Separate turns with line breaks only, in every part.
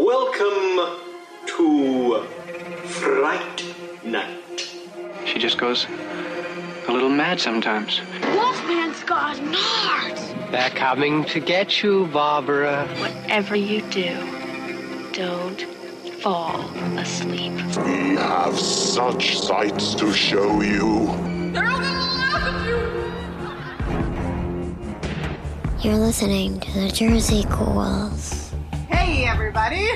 Welcome to Fright Night.
She just goes a little mad sometimes.
Wolfman's got nards.
They're coming to get you, Barbara.
Whatever you do, don't fall asleep.
We have such sights to show you.
They're all gonna laugh at you.
You're listening to the Jersey Ghouls.
Hey everybody!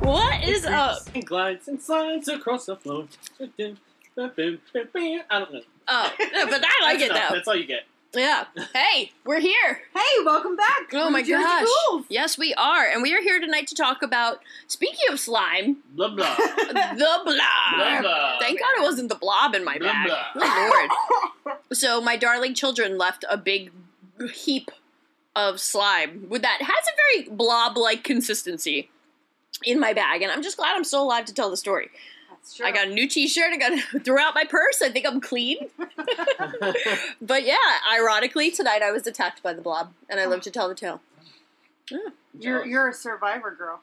What is up?
And glides and slides across the floor. I don't know.
Oh, no, but I like it
That's enough.
though.
That's all you get.
Yeah. Hey, we're here.
Hey, welcome back!
Oh
We're
my
Jersey
gosh.
Ghouls.
Yes, we are. And we are here tonight to talk about, speaking of slime,
Blah blah.
the
blah
blob.
blah.
Thank God it wasn't the blob in my
Blah,
bag.
blah.
Good lord. So my darling children left a big heap of slime with that has a very blob-like consistency in my bag, and I'm just glad I'm still alive to tell the story.
That's true.
I got a new T-shirt. I got threw out my purse. I think I'm clean. but yeah, ironically, tonight I was attacked by the blob, and I live to tell the tale.
You're you're a survivor girl.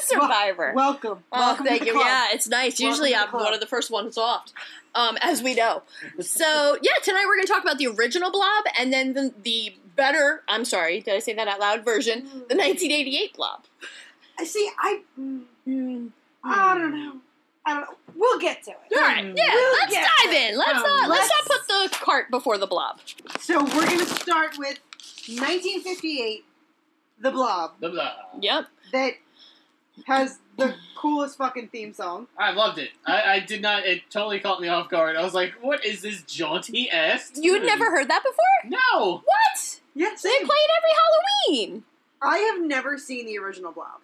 Survivor.
Wel- welcome.
Oh,
welcome
thank
to the
you.
club.
Yeah, it's nice.
Welcome
Usually,
to the
I'm
club.
one of the first ones off, um, as we know. So yeah, tonight we're going to talk about the original Blob, and then the, the better. I'm sorry, did I say that out loud? Version, the 1988 Blob.
I See, I mm, I don't know. I don't know. We'll get to it.
All right, yeah,
We'll
let's
get
dive
to
in. Let's
Um,
not let's not
let's-
put the cart before the blob.
it. So we're gonna start with 1958, The Blob,
Blah blah.
Yep.
that has the coolest fucking theme song.
I loved it. I, I did not. It totally caught me off guard. I was like, "What is this jaunty ass?"
You'd never heard that before?
No.
What?
Yeah,
They play it every Halloween.
I have never seen the original Blob.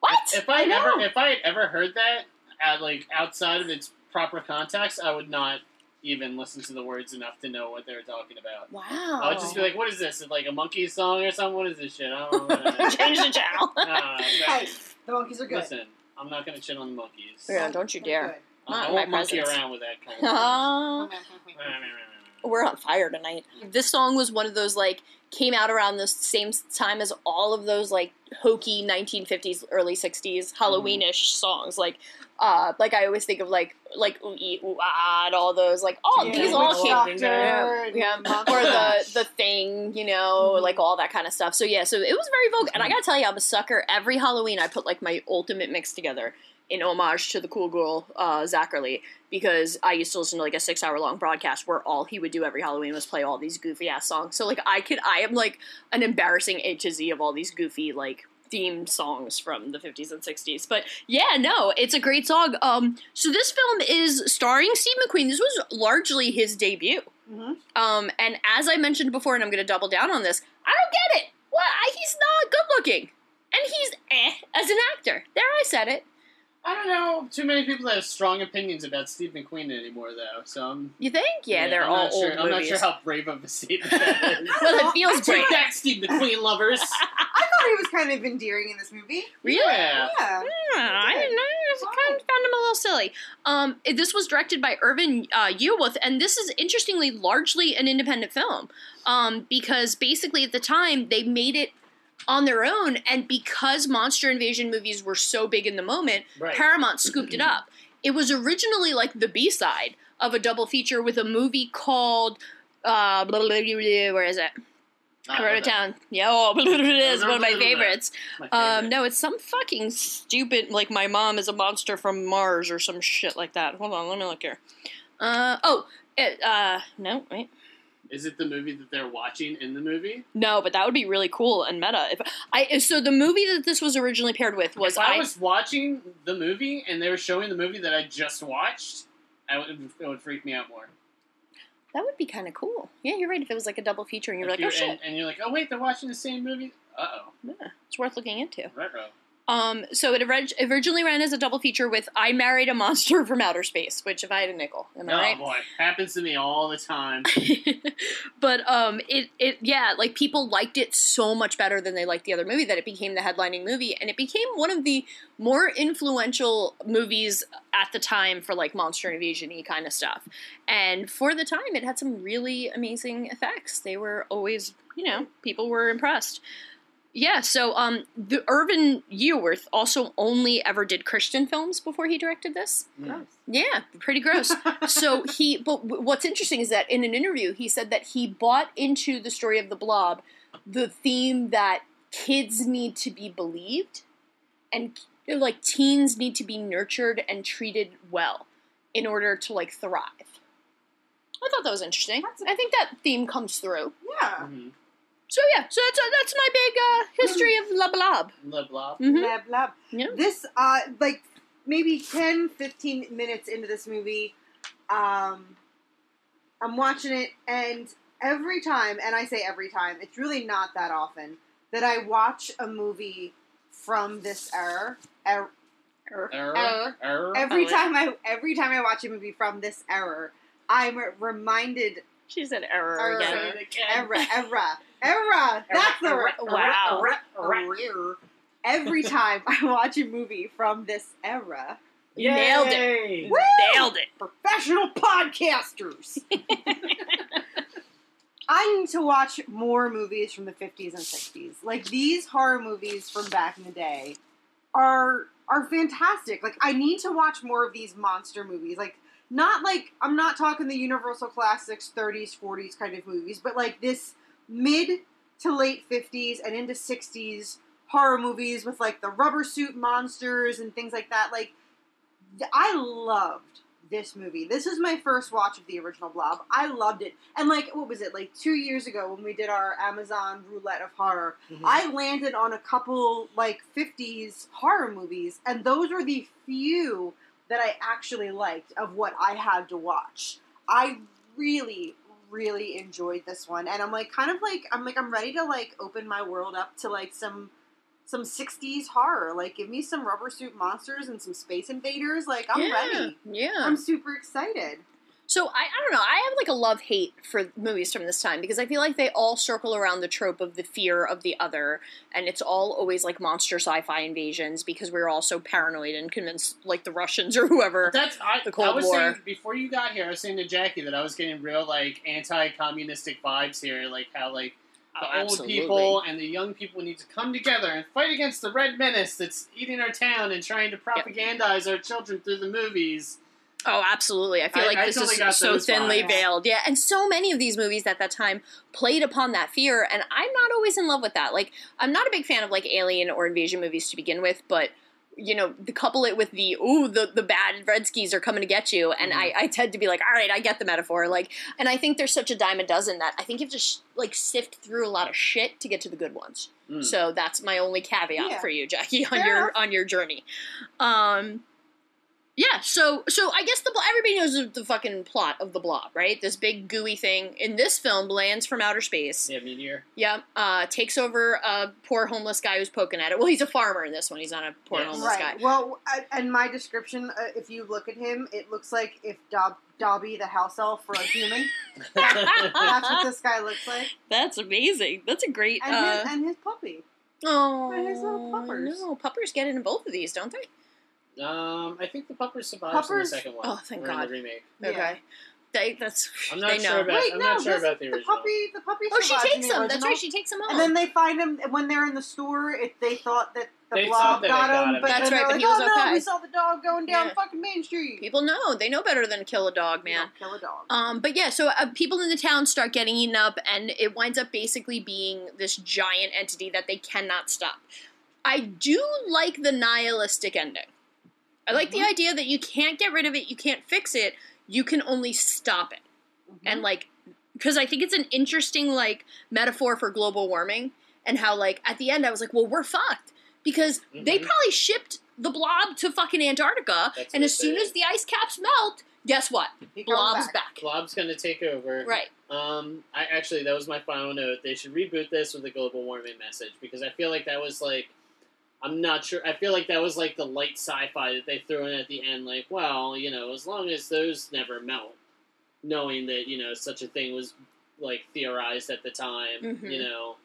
What?
If I
I know.
ever, if I had ever heard that, at, like outside of its proper context, I would not even listen to the words enough to know what they were talking about.
Wow.
I would just be like, "What is this? Is it like a monkey song or something? What is this shit?" I don't know. What it is.
change the channel.
No, no, no,
Hey, the monkeys are good.
Listen, I'm not gonna shit on the monkeys.
Yeah, don't you
They're
dare.
good.
I
Not in
won't
my
monkey
presence.
around with that kind of.
Uh, we're on fire tonight. This song was one of those like came out around the same time as all of those like hokey 1950s, early 60s Halloweenish songs. Like, uh, like I always think of like like ooh ee ooh ah and all those like all
Yeah,
these
with
all
the
came
song.
Doctor and
Yeah, Mm-hmm.
Monster
or the
Mash.
the thing, you know,
Mhm.
like all that kind of stuff. So yeah, so it was very vogue, and I gotta tell you, I'm a sucker. Every Halloween, I put like my ultimate mix together in homage to the cool girl uh, Zachary because I used to listen to like a six hour long broadcast where all he would do every Halloween was play all these goofy ass songs. So like I could, I am like an embarrassing A to Z of all these goofy like themed songs from the 50s and 60s. But yeah, no, it's a great song. Um, so this film is starring Steve McQueen. This was largely his debut.
Mhm.
Um, and as I mentioned before, and I'm going to double down on this, I don't get it. Well, I, he's not good looking, and he's eh as an actor. There, I said it.
I don't know too many people that have strong opinions about Steve McQueen anymore, though. So I'm,
You think? Yeah, they're
I'm
all
not sure,
old
I'm not
movies.
sure how brave of a statement that is.
well, it feels
Take
great.
that, Steve McQueen lovers.
I thought he was kind of endearing in this movie.
Really?
Yeah.
Yeah.
Hmm, I didn't know. I just kind of found him a little silly. Um, it- this was directed by Irvin uh, Ewith, and this is interestingly largely an independent film um, because basically at the time they made it on their own, and because monster invasion movies were so big in the moment,
Right.
Paramount scooped it up. It was originally like the B side of a double feature with a movie called uh, blah, blah, blah, blah, where is it? I wrote it down. Yeah, oh, it is one of my favorites.
My favorite.
Um, no, it's some fucking stupid like my mom is a monster from Mars or some shit like that. Hold on, let me look here. Uh oh, it, uh no wait
Is it the movie that they're watching in the movie?
no, but that would be really cool and meta. If I so the movie that this was originally paired with was
if I, was watching the movie and they were showing the movie that I just watched, I would, it would freak me out more.
that would be kind of cool. Yeah, you're right. If it was like a double feature and you were
If
like, oh
you're-
shit,
and, and you're like, oh wait, they're watching the same movie. Uh oh,
yeah, it's worth looking into.
right,
Um, so it orig- originally ran as a double feature with I Married a Monster from Outer Space, which if I had a nickel, am I
Oh
right?
boy, happens to me all the time.
but um, it it yeah, like people liked it so much better than they liked the other movie that it became the headlining movie, and it became one of the more influential movies at the time for like monster invasion y kind of stuff. And for the time, it had some really amazing effects. They were always, you know, people were impressed. Yeah, so um, the Irvin Yeworth also only ever did Christian films before he directed this.
Gross.
Yeah, pretty gross. so he, but w- what's interesting is that in an interview, he said that he bought into the story of the Blob, the theme that kids need to be believed, and you know, like teens need to be nurtured and treated well in order to like thrive. I thought that was interesting. I think that theme comes through.
Yeah.
Mhm.
So yeah, so that's that's my big uh, history of La Blob.
Blah blah.
hmm
Blah, blah.
Yeah.
This, uh, like, maybe 10, 15 minutes into this movie, um, I'm watching it, and every time, and I say every time, it's really not that often, that I watch a movie from this era. er-
Err,
Err.
err.
Every
Oh, yeah.
time I, every time I watch a movie from this era, I'm reminded
She said error,
Error.
again.
Say it again.
era, era, era. That's the word.
Wow.
Every time I watch a movie from this era,
Nailed it.
Yay.
Woo!
Nailed it.
professional podcasters. I need to watch more movies from the 50s and 60s. Like these horror movies from back in the day are are fantastic. Like I need to watch more of these monster movies. Like not like I'm not talking the universal classics 30s 40s kind of movies, but like this mid to late 50s and into 60s horror movies with like the rubber suit monsters and things like that. Like I loved this movie. This is my first watch of the original Blob. I loved it. And like, what was it? Like two years ago when we did our Amazon roulette of horror,
Mhm.
I landed on a couple like '50s horror movies, and those were the few that I actually liked of what I had to watch. I really, really enjoyed this one, and I'm like, kind of like, I'm like, I'm ready to like open my world up to like some some 60s horror. Like, give me some rubber suit monsters and some space invaders. Like, I'm
yeah.
ready.
Yeah.
I'm super excited.
so I, I don't know. I have like a love hate for movies from this time because I feel like they all circle around the trope of the fear of the other, and it's all always like monster sci-fi invasions because we're all so paranoid and convinced like the Russians or whoever.
That's I,
The Cold
I was
War.
saying before you got here. I was saying to Jackie that I was getting real like anti-communistic vibes here, like how like the
Oh,
old
absolutely.
people and the young people need to come together and fight against the red menace that's eating our town and trying to propagandize our children through the movies.
Oh, absolutely. I feel
I-
like
I
this
totally
is
got
so
those
thinly
vibes.
veiled. Yeah, and so many of these movies at that time played upon that fear, and I'm not always in love with that. Like, I'm not a big fan of like alien or invasion movies to begin with, but you know, the couple it with the ooh, the the bad redskis are coming to get you, and
Mm-hmm.
I, I tend to be like, all right, I get the metaphor. Like, and I think there's such a dime a dozen that I think you have to sh- like sift through a lot of shit to get to the good ones.
Mm.
So that's my only caveat
Yeah.
for you, Jackie, on
Fair
your
enough.
on your journey. Um, yeah. So so I guess the blo- everybody knows the, the fucking plot of the blob, right? This big gooey thing in this film lands from outer space.
yeah, meteor.
Yeah. Uh, takes over a poor homeless guy who's poking at it. Well, he's a farmer in this one. He's not a poor
Yes.
homeless
Right.
guy.
Well, I- and my description, uh, if you look at him, it looks like if Dob- Dobby the house elf were a human. That's what this guy looks like.
That's amazing. That's a great.
And,
uh,
his, and his puppy.
oh
and his little puppers.
no, puppers get into both of these, don't they?
um, I think the puppers survives in
Puppers-
the second one.
Oh, thank
or in
God.
the remake.
Yeah.
Okay. They that's
I'm not
they know.
sure about.
Wait,
I'm
no,
not sure
listen,
about the
the
original.
puppy. The puppy.
Oh, she
survives
takes
in the
them. That's
original.
right. She takes them
And
home.
then they find him when they're in the store. It, they thought that the
They
blob
thought that they
got,
got
him,
him.
but
That's
then
right,
they're
but
like,
he was
"Oh
okay."
no, we saw the dog going down
Yeah.
fucking Main Street."
People know. They know better than to kill a dog, man.
You don't kill a dog.
Um, but yeah, so uh, people in the town start getting eaten up, and it winds up basically being this giant entity that they cannot stop. I do like the nihilistic ending. I like
Mm-hmm.
the idea that you can't get rid of it, you can't fix it, you can only stop it.
Mm-hmm.
And like, because I think it's an interesting like metaphor for global warming and how like at the end I was like, well, we're fucked because they
Mhm.
probably shipped the blob to fucking Antarctica,
That's
and
what
as soon
they-
as the ice caps melt, guess what?
He comes
Blob's
back.
back.
Blob's gonna take over.
Right.
Um, I actually that was my final note. They should reboot this with a global warming message because I feel like that was like I'm not sure. I feel like that was like the light sci-fi that they threw in at the end. Like, well, you know, as long as those never melt, knowing that you know such a thing was like theorized at the time,
Mhm.
you know.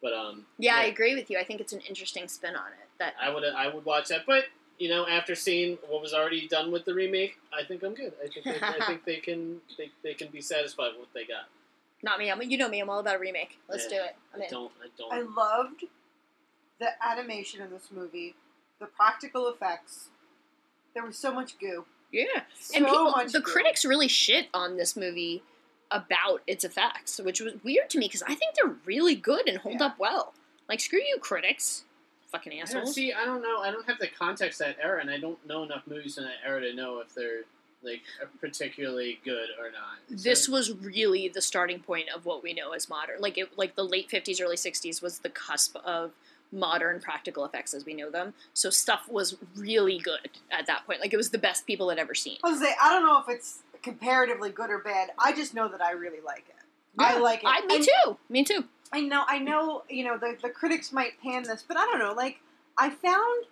But um,
Yeah, I agree with you. I think it's an interesting spin on it. That
I would I would watch that. But you know, after seeing what was already done with the remake, I think I'm good. I think they, I think they can they, they can be satisfied with what they got.
not me. I'm you know me. I'm all about a remake. Let's
Yeah.
do it. I'm
I
in.
don't I don't
I loved the animation in this movie, the practical effects. There was so much goo.
Yeah,
So
and people,
much
the
goo.
critics really shit on this movie about its effects, which was weird to me because I think they're really good and hold
Yeah.
up well. Like screw you, critics, fucking
I don't
assholes.
see. I don't know. I don't have the context of that era, and I don't know enough movies in that era to know if they're like particularly good or not. So-
This was really the starting point of what we know as modern. Like it, like the late '50s, early '60s was the cusp of modern practical effects as we know them. So stuff was really good at that point. Like it was the best people had ever seen.
I was gonna say I don't know if it's comparatively good or bad. I just know that I really like it. I
Yeah,
like it.
I, me
And
too. Me too.
I know, I know, you know, the, the critics might pan this, but I don't know. Like, I found,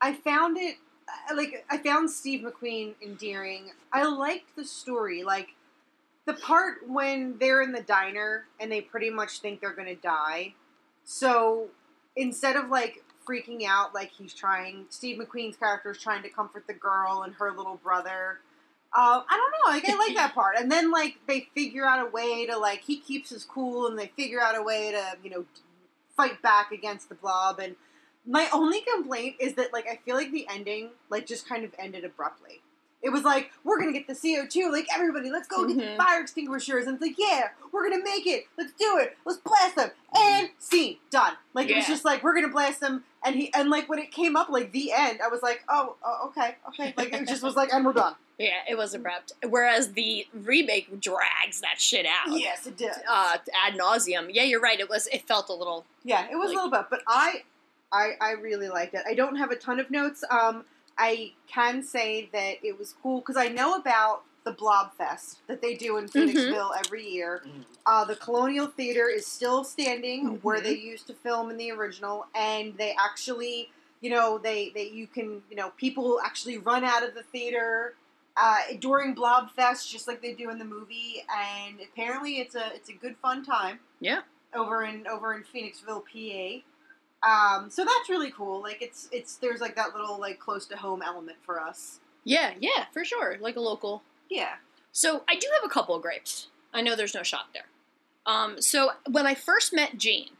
I found it, I- like, I found Steve McQueen endearing. I liked the story. Like, the part when they're in the diner and they pretty much think they're going to die. So instead of, like, freaking out, like, he's trying, Steve McQueen's character is trying to comfort the girl and her little brother. Uh, I don't know. Like, I like that part. And then like they figure out a way to like he keeps his cool, and they figure out a way to you know fight back against the blob. And my only complaint is that like I feel like the ending like just kind of ended abruptly. It was like we're gonna get the CO two, like everybody, let's go
Mhm.
get fire extinguishers, and it's like yeah, we're gonna make it, let's do it, let's blast them, and scene done. Like it was
Yeah.
just like we're gonna blast them, and he and like when it came up like the end, I was like oh, oh okay okay, like it just was like and we're done.
Yeah, it was abrupt. Whereas the remake drags that shit out.
Yes, it did.
Uh, ad nauseum. Yeah, you're right. It was. It felt a little.
yeah, it was a
like-
little bit, but I, I, I really liked it. I don't have a ton of notes. Um, I can say that it was cool because I know about the Blob Fest that they do in
Mhm.
Phoenixville every year.
Mhm.
Uh, the Colonial Theater is still standing where
Mhm.
they used to film in the original, and they actually, you know, they they you can, you know, people actually run out of the theater. Uh, during Blob Fest, just like they do in the movie, and apparently it's a it's a good fun time over in over in Phoenixville, PA. Um, so that's really cool. Like it's it's there's like that little like close to home element for us.
Yeah, yeah, for sure. Like a local.
Yeah.
So I do have a couple of grapes. I know there's no shock there. Um, so when I first met Jane,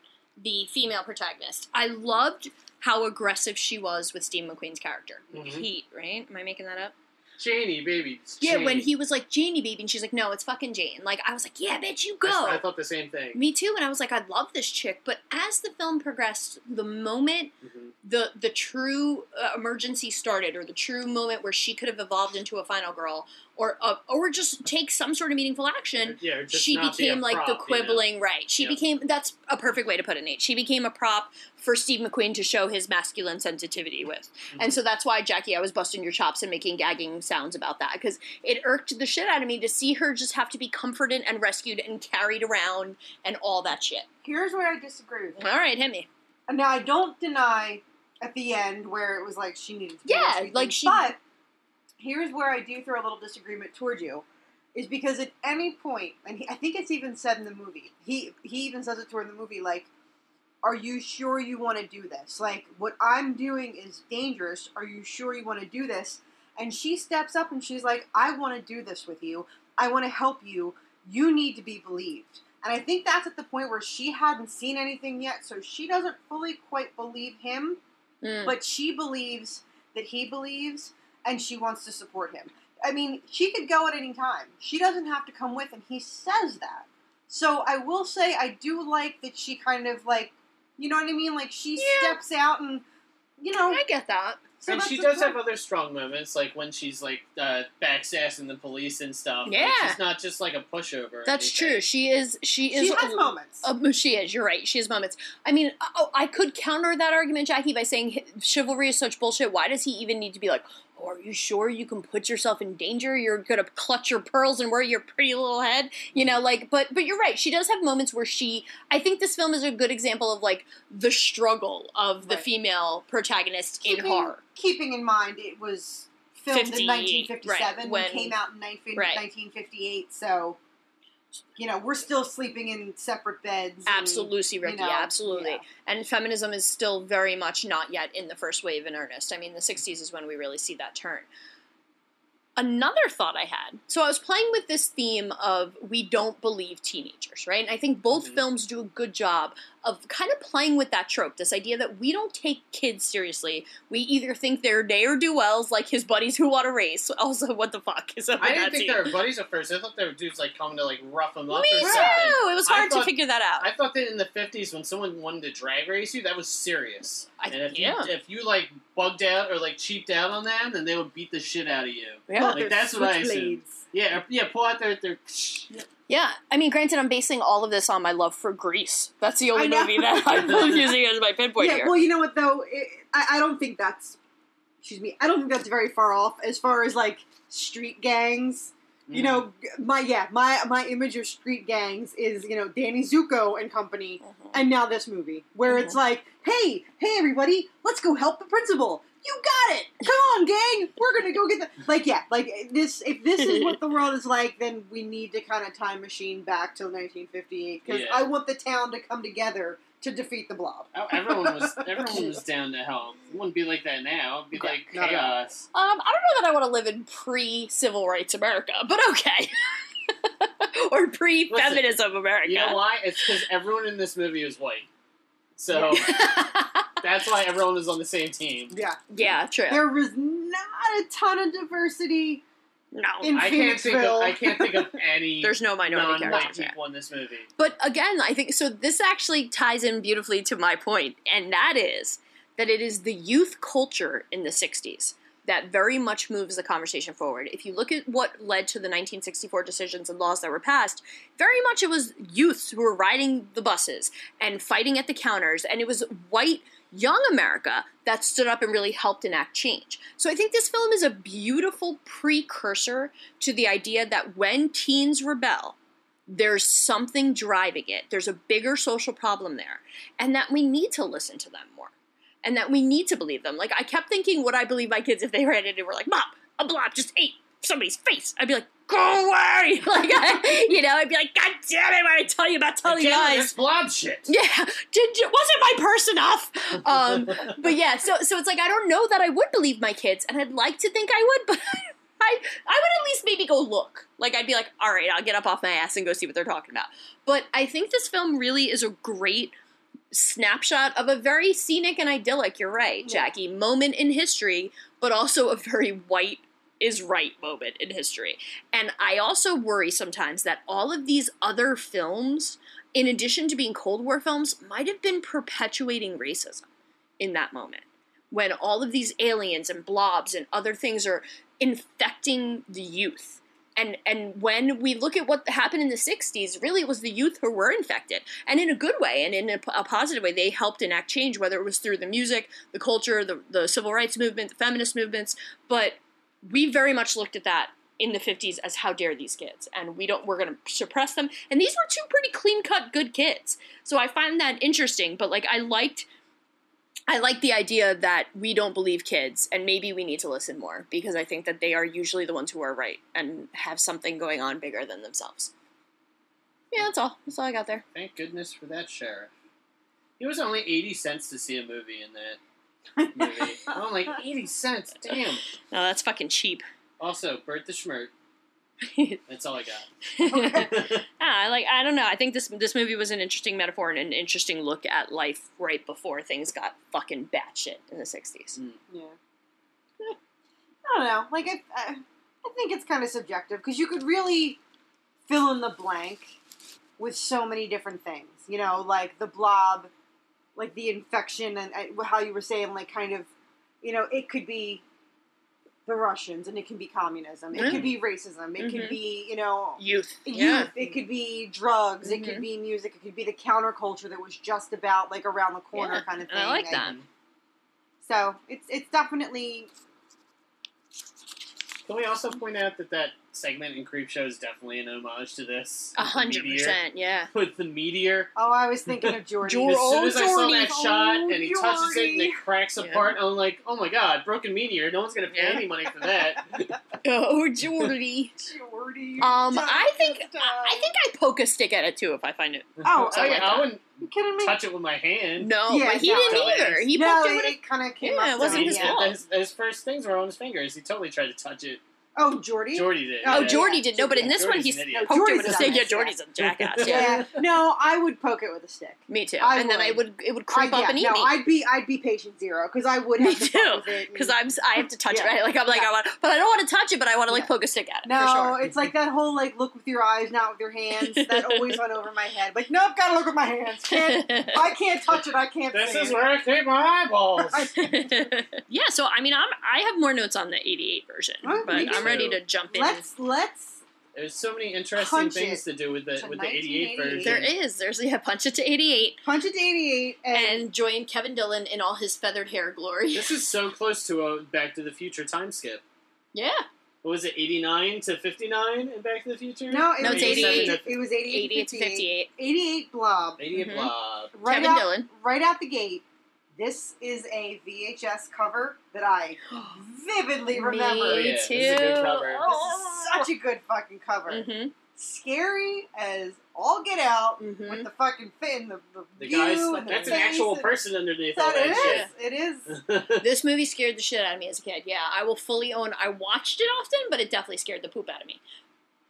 the female protagonist, I loved how aggressive she was with Steve McQueen's character.
Mhm.
Pete, right? Am I making that up?
Janie, baby. it's
Yeah, when
Janie.
he was like Janie baby, and she's like, "No, it's fucking Jane." Like I was like, "Yeah, bitch, you
I
go."
s- I, thought the same thing.
Me too, and I was like, I love this chick. But as the film progressed, the moment
Mhm.
the the true uh, emergency started, or the true moment where she could have evolved into a final girl, or uh, or just take some sort of meaningful action,
yeah, or just
she
not be a
became like the
prop, you know?
quibbling right. She
Yeah.
became that's a perfect way to put it, Nate. She became a prop for Steve McQueen to show his masculine sensitivity with,
Mm-hmm.
and so that's why Jackie, I was busting your chops and making gagging sounds about that because it irked the shit out of me to see her just have to be comforted and rescued and carried around and all that shit.
Here's where I disagree with you.
All right, hit me.
Now I don't deny at the end where it was like she needed to be
Yeah,
rescued,
like she-
But here's where I do throw a little disagreement toward you, is because at any point, and he, I think it's even said in the movie. He he even says it toward the movie, like, "Are you sure you want to do this? Like, what I'm doing is dangerous. Are you sure you want to do this?" And she steps up and she's like, "I want to do this with you. I want to help you. You need to be believed. And I think that's at the point where she hadn't seen anything yet, so she doesn't fully quite believe him,
Mm.
but she believes that he believes and she wants to support him. I mean, she could go at any time. She doesn't have to come with him. He says that. So I will say I do like that she kind of like, you know what I mean? Like she
Yeah.
steps out and, you know.
I get that.
So
and
that's
she
the
does
part-
have other strong moments, like when she's like uh, backsassing the police and stuff. Like,
Yeah.
she's not just like a pushover. or
That's
anything.
true. She is. She is.
She has moments.
Uh, she is. You're right. She has moments. I mean, oh, I could counter that argument, Jackie, by saying hi- chivalry is such bullshit. Why does he even need to be like, oh, are you sure you can put yourself in danger? You're gonna clutch your pearls and wear your pretty little head, you know? Like, but but you're right. She does have moments where she. I think this film is a good example of like the struggle of the
Right.
female protagonist
keeping,
in horror.
Keeping in mind it was filmed
50,
in 1957
right,
and
when-
came out in 19,
right.
1958, so you know we're still sleeping in separate beds. and-
Absolutely, Ricky.
know,
absolutely.
yeah.
And feminism is still very much not yet in the first wave in earnest. I mean, the 60s is when we really see that turn. Another thought I had. So I was playing with this theme of we don't believe teenagers, right? And I think both
Mhm.
films do a good job of kind of playing with that trope, this idea that we don't take kids seriously. We either think they're day or do wells, like his buddies who want to race. Also, what the fuck is up with
I didn't
that
think
scene?
they were buddies at first. I thought they were dudes like coming to like rough them up
Me
or
too.
something.
It was
I
hard to
thought-
figure that out.
I thought that in the fifties, when someone wanted to drag race you, that was serious.
I-
and if
yeah.
you if you like bugged out or like cheaped out on them, then they would beat the shit out of you.
Yeah.
Like, that's what I assumed.
Switchblades.
Yeah, or- yeah. Pull out their their.
Yeah, I mean, granted, I'm basing all of this on my love for Greece. That's the only
I know.
movie that I'm using as my pinpoint
yeah,
here.
well, you know what though? It, I, I don't think that's. Excuse me. I don't think that's very far off as far as like street gangs.
Mm.
You know, g- my yeah, my my image of street gangs is you know Danny Zuko and company,
Mm-hmm.
and now this movie where it's like, hey, hey everybody, let's go help the principal. You got it. Come on, gang. We're gonna go get the like yeah, like this. If this is what the world is like, then we need to kind of time machine back till 1958 because
Yeah.
I want the town to come together to defeat the blob.
Oh, everyone was everyone was down to help. It wouldn't be like that now. It'd be
Okay,
like
not at all.
chaos.
um, I don't know that I want to live in pre civil rights America, but okay. or pre feminism America.
You know why? It's because everyone in this movie is white. So that's why everyone is on the same team.
Yeah.
yeah, true.
There was not a ton of diversity.
no,
in-
I can't think of
Phoenixville.
I can't think of any
there's no minority
non-white
characters. yeah.
people in this movie.
But again, I think so. This actually ties in beautifully to my point, and that is that it is the youth culture in the 60s that very much moves the conversation forward. If you look at what led to the 1964 decisions and laws that were passed, very much it was youths who were riding the buses and fighting at the counters, and it was white young America that stood up and really helped enact change. So I think this film is a beautiful precursor to the idea that when teens rebel, there's something driving it. There's a bigger social problem there. And that we need to listen to them more. And that we need to believe them. Like, I kept thinking, would I believe my kids if they ran in and were like, Mom, a blob just ate somebody's face? I'd be like, Go away! Like, I, you know, I'd be like, God damn it, when I tell you about telling
Again,
lies.
It's blob shit.
Yeah, did you, wasn't my purse enough? Um, but yeah, so so it's like I don't know that I would believe my kids, and I'd like to think I would, but I I would at least maybe go look. Like I'd be like, all right, I'll get up off my ass and go see what they're talking about. But I think this film really is a great snapshot of a very scenic and idyllic. You're right,
Yeah.
Jackie, moment in history, but also a very white is right moment in history. And I also worry sometimes that all of these other films, in addition to being Cold War films, might have been perpetuating racism in that moment. When all of these aliens and blobs and other things are infecting the youth. And, and when we look at what happened in the 60s, really it was the youth who were infected. And in a good way and in a, p- a positive way, they helped enact change, whether it was through the music, the culture, the, the civil rights movement, the feminist movements. But we very much looked at that in the 50s as how dare these kids and we don't we're going to suppress them and these were two pretty clean cut good kids so i find that interesting but like i liked i like the idea that we don't believe kids and maybe we need to listen more because i think that they are usually the ones who are right and have something going on bigger than themselves yeah that's all that's all i got there
Thank goodness for that sheriff. It was only eighty cents to see a movie in that movie. I'm like eighty cents, damn.
no that's Oh, fucking cheap
Also, Bert the Schmert. That's all I got.
ah, I like I don't know. I think this this movie was an interesting metaphor and an interesting look at life right before things got fucking batshit in the sixties.
Yeah. I don't know. Like I, I, I think it's kind of subjective because you could really fill in the blank with so many different things. You know, like the blob, like the infection, and uh, how you were saying, like kind of, you know, it could be the Russians, and it can be communism, it could be racism, it
Mhm.
could be, you know,
Youth.
youth. It could be drugs. It
Mhm.
could be music. It could be the counterculture that was just about like around the corner
Yeah,
kind of
and
thing.
I like that.
So it's it's definitely
Can we also point out that that segment in Creep Show is definitely an homage to this?
A hundred
The meteor.
percent, yeah.
With the meteor.
oh I was thinking of Jordy.
Jor-
as soon
oh,
as I saw
Jordy.
that shot and he
Oh,
touches it and
Jordy.
it cracks
Yeah.
apart, I'm like, oh my god, broken meteor. No one's gonna pay
Yeah.
any money for that.
Oh, Jordy.
Jordy.
Um, I think
Dun, dun,
I
dun.
think I poke a stick at it too if I find it.
Oh,
So,
I
like,
like
I
that.
wouldn't
You kidding me?
touch it with my hand.
No,
Yeah,
but he
no.
didn't either. He
no,
poked it with
it, kind of came
Yeah,
up.
it
to
wasn't
me,
his
yeah.
fault.
His, his first things were on his fingers. He totally tried to touch it.
Oh, Jordy.
Jordy did.
Oh,
yeah.
Jordy did. No, but in
Yeah,
this
Jordy's
one,
an
he's
idiot.
poked it
Jordy's
with a
a
stick. Yeah,
dumbass,
Jordy's a jackass. Yeah.
Yeah. No, I would poke it with a stick.
Me too.
I
and then I would
would.
it would creep
I,
up
yeah,
and eat
no,
me.
I'd be I'd be patient zero because I would
me
have to fuck
too.
with it and-
Because I'm s- I have to touch it.
Yeah.
Right? Like I'm like
Yeah.
I want, but I don't want to touch it. But I want to like
Yeah.
poke a stick at it.
No,
for sure.
it's like that whole like look with your eyes, not with your hands. That always went over my head. Like, nope, gotta look with my hands. Can't, I can't touch it. I can't.
This
see
is
it.
where I keep my eyeballs.
yeah. So I mean, I'm I have more notes on the '88 version,
Oh,
but
me
I'm
too.
ready to jump in.
Let's let's.
There's so many interesting
Punch
things
it
to do with the
to
with the 88 version.
1988.
There is. There's yeah, punch it to '88
Punch it to 88 and,
and join Kevin Dillon in all his feathered hair glory.
This is so close to a Back to the Future time skip.
Yeah.
What was it, 89 to 59 in Back to the Future?
no, it
No,
was
it's
88.
88.
It was 88,
88 to 58.
88 blob.
88
Mhm.
blah.
Right
Kevin
out,
Dillon.
Right out the gate, this is a VHS cover that I vividly remember.
Me
Oh,
Oh.
yeah, this is
too.
a good cover.
This is such a good fucking cover.
Mhm,
Scary as all get out.
mhm.
with the fucking fin, the, the,
The
view
guys,
and the
that's an
face
actual
and-
person underneath all
That it
that
is. It is.
shit.
This movie scared the shit out of me as a kid. Yeah, I will fully own. I watched it often, but it definitely scared the poop out of me.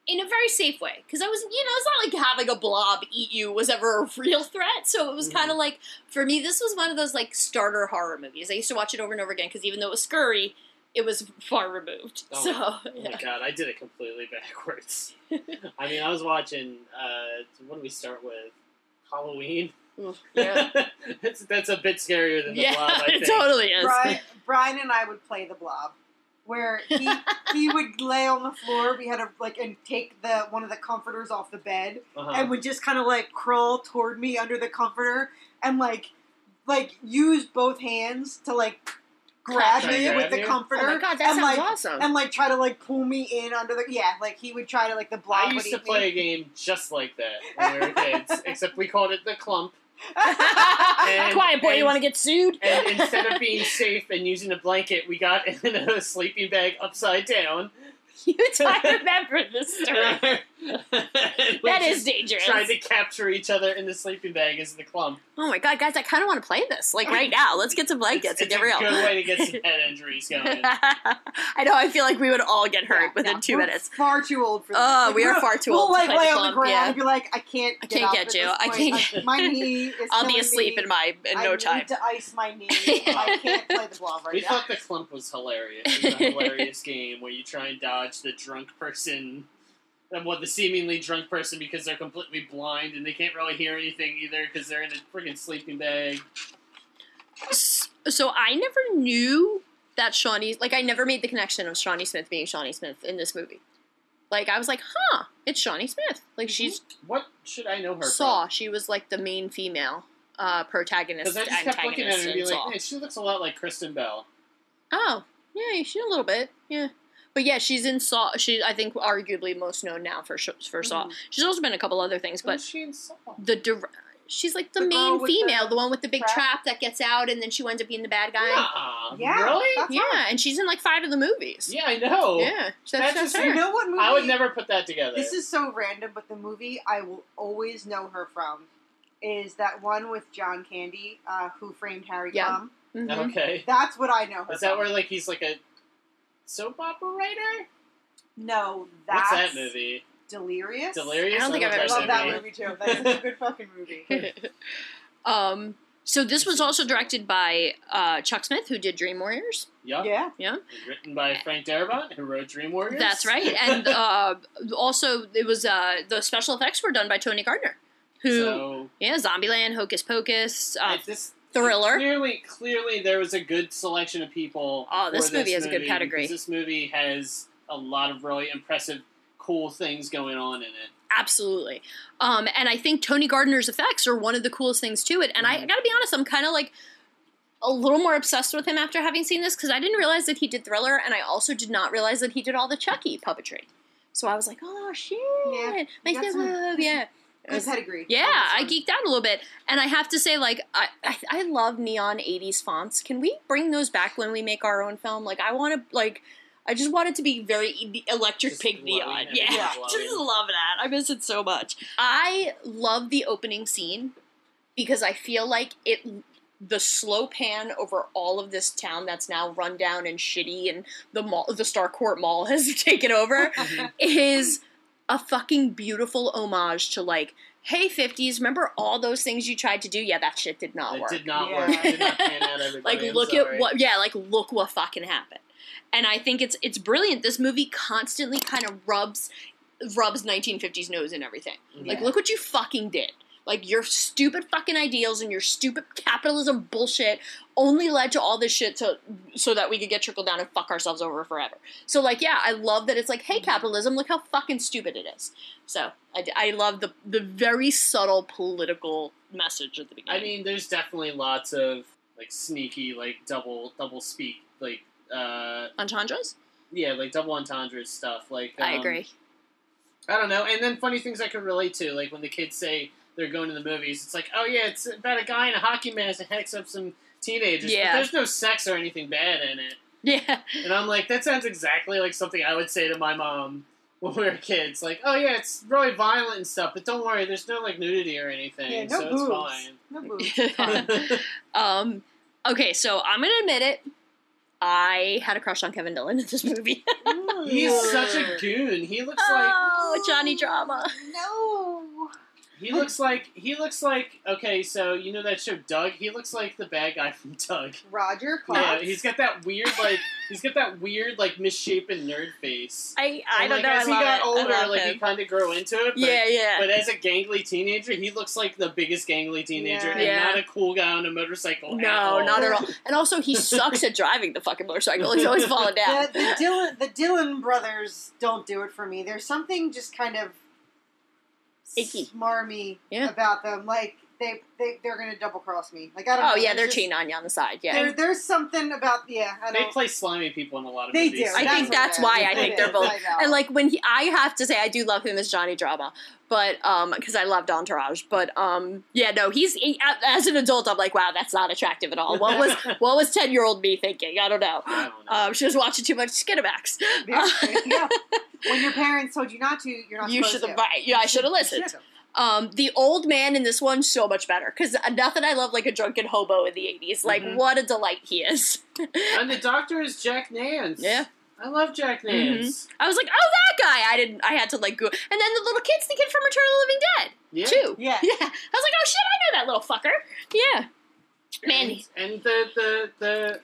In a very safe way, because I was, you know, it's not like having a blob eat you was ever a real threat. So it was kind
Mm-hmm.
of like, for me, this was one of those like starter horror movies. I used to watch it over and over again because even though it was scurry, it was far removed.
Oh,
so
Oh
yeah.
my god, I did it completely backwards. I mean, I was watching. Uh, what do we start with? Halloween.
Oof, yeah.
that's that's a bit scarier than the
Yeah,
blob. I think.
it totally is.
Brian, Brian and I would play the blob, where he he would lay on the floor. We had a like and take the one of the comforters off the bed
Uh-huh.
and would just kind of like crawl toward me under the comforter and like like use both hands to like grab
Try
to
me
grab
with the
you?
comforter.
Oh my god, that
and, like,
sounds awesome.
And like try to like pull me in under the yeah, like he would try to like the blob.
I
would
used to
eat me.
play a game just like that when we were kids, except we called it the clump. And-
Quiet boy,
and-
you want to get sued?
And instead of being safe and using a blanket, we got in a sleeping bag upside down.
you I remember this story.
that
That is dangerous.
Tried to capture each other in the sleeping bag as the clump.
Oh my god, guys! I kind of want to play this like right now. Let's get some blankets
it's
and get real.
a good way to get some head injuries going.
I know. I feel like we would all get hurt
Yeah,
within
no,
two
we're
minutes.
Far too old for this.
Oh,
Like,
we are
we'll-
far too
we'll
old to
like
play
lay
the
on the
clump,
ground
yeah.
and be like, I can't.
I
get
can't
up
get
at
you.
this
I
point.
can't
I-
get-
My knee is.
I'll be
killing
asleep
me.
in my in
I
no
need
time.
to ice my knee. I can't play the blob right
We
now.
thought the clump was hilarious. It was a hilarious game where you try and dodge the drunk person, and what the seemingly drunk person because they're completely blind and they can't really hear anything either because they're in a freaking sleeping bag.
So I never knew that Shawnee. Like I never made the connection of Shawnee Smith being Shawnee Smith in this movie. Like I was like, huh, it's Shawnee Smith. Like she's
What should I know Mm-hmm. her
Saw.
from?
She was like the main female uh, protagonist.
Because I just kept looking at
antagonist
her and be
in
like,
Saw.
man, she looks a lot like Kristen Bell.
Oh, yeah, she a little bit, yeah. But yeah, she's in Saw. She, I think, arguably most known now for sh- for Saw. She's also been a couple other things,
But
but
she in Saw.
the dir- she's like the,
The girl
main
with
female, the,
the
one with the big trap.
trap?
that gets out, and then she winds up being the bad guy.
Nuh-uh.
Yeah,
Really?
that's
Yeah,
her.
and she's in like five of the movies.
Yeah, I know.
yeah, so
That's
that's,
just-
that's
You
her.
know what movie?
I would never put that together.
This is so random, but the movie I will always know her from is that one with John Candy, uh, Who Framed Harry
Yeah.
Crumb.
Mhm.
okay.
That's what I know her.
Is that
from.
where like he's like a soap opera writer?
No,
What's
that's
that movie?
Delirious.
Delirious.
I don't think
love
I've
I
that
ever
love
seen
that
movie.
movie too. That's such a good fucking movie.
um, so this was also directed by uh, Chuck Smith, who did Dream Warriors.
Yup.
Yeah.
Yeah,
Written by Frank Darabont, who wrote Dream Warriors.
that's right. And uh, also, it was uh, the special effects were done by Tony Gardner, who
so,
yeah, Zombieland, Hocus Pocus, uh,
if this
Thriller.
Clearly, clearly, there was a good selection of people.
Oh, this
for
movie has a good
because
pedigree.
This movie has a lot of really impressive, cool things going on in it.
Absolutely. Um, and I think Tony Gardner's effects are one of the coolest things to it. And I
Mhm.
gotta be honest, I'm kind of like a little more obsessed with him after having seen this because I didn't realize that he did Thriller, and I also did not realize that he did all the Chucky puppetry. So I was like, oh shit,
Yeah,
my
you got some-
love, yeah. It
Good
was-
pedigree.
yeah, I
Awesome.
geeked out a little bit, and I have to say, like, I, I I love neon '80s fonts. Can we bring those back when we make our own film? Like, I want to, like, I just want it to be very e- electric
Just
pig
glowing,
neon.
everything
Yeah,
glowing.
just love that. I miss it so much. I love the opening scene because I feel like it. The slow pan over all of this town that's now run down and shitty, and the mall, the Starcourt Mall has taken over, is a fucking beautiful homage to like, hey, 50s, remember all those things you tried to do? Yeah, that shit did not
It
work.
did not
Yeah.
work. It did not pan out. Everybody.
like,
I'm
look
sorry.
at what, yeah, like, look what fucking happened. And I think it's it's brilliant. This movie constantly kind of rubs rubs 1950s nose in everything. Like,
Yeah.
look what you fucking did. Like, your stupid fucking ideals and your stupid capitalism bullshit only led to all this shit to, so that we could get trickled down and fuck ourselves over forever. So, like, yeah, I love that it's like, hey, capitalism, look how fucking stupid it is. So, I, I love the, the very subtle political message at
I
the beginning.
mean, there's definitely lots of like sneaky, like double double speak, like uh,
entendres?
yeah, like double entendre stuff. Like um,
I agree.
I don't know. And then funny things I could relate to, like when the kids say they're going to the movies, it's like, oh yeah, it's about a guy in a hockey mask that hacks up some teenagers.
Yeah.
But there's no sex or anything bad in it.
Yeah.
And I'm like, that sounds exactly like something I would say to my mom when we were kids. Like, oh yeah, it's really violent and stuff, but don't worry, there's no like nudity or anything,
Yeah, no
so
boobs.
it's
No boobs.
fine.
um, okay, so I'm going to admit it. I had a crush on Kevin Dillon in this movie.
He's such a goon. He looks like
oh, Johnny Drama.
No.
he looks like he looks like okay. So you know that show Doug. He looks like the bad guy from Doug.
Roger Clark.
Yeah, he's got that weird like he's got that weird like misshapen nerd face.
I, I
And,
don't
like,
know.
As
I
he
love
got
it. I
older,
love
like
him.
he kind of grew into it. But,
yeah, yeah.
But as a gangly teenager, he looks like the biggest gangly teenager
Yeah.
and
Yeah.
not a cool guy on a motorcycle. at
no,
all.
not at all. And also, he sucks at driving the fucking motorcycle. He's always falling down.
The, the Dylan the Dylan brothers don't do it for me. There's something just kind of
Icky.
smarmy
Yeah.
about them. Like they they they're gonna double cross me. Like I don't.
oh
know.
yeah,
There's
they're
just-
cheating on you on the side. Yeah,
There, there's something about yeah. I
They
don't.
play slimy people in a lot of
They
movies.
do.
I think that's
what it
why I
is.
think
It
they're
is.
both-
I know.
and like when he, I have to say, I do love him as Johnny Drama, but um, because I loved Entourage, but um, yeah, no, he's he, as an adult, I'm like, wow, that's not attractive at all. What was what was ten year old me thinking? I don't know.
I don't know.
Um, she was watching too much Skinamax.
Yeah, yeah. When your parents told you not to, you're not.
You
supposed
should have,
to.
right? Yeah, I should have
You
listened.
should've.
Um, the old man in this one's so much better because nothing I love like a drunken hobo in the '80s. Like,
Mhm.
what a delight he is.
and the doctor is Jack Nance.
Yeah.
I love Jack Nance.
I was like, oh, that guy. I didn't. I had to like go. And then the little kid's the kid from Return of the Living Dead.
Yeah.
too.
Yeah.
Yeah. I was like, oh shit, I know that little fucker. Yeah. Man,
And, and the, the the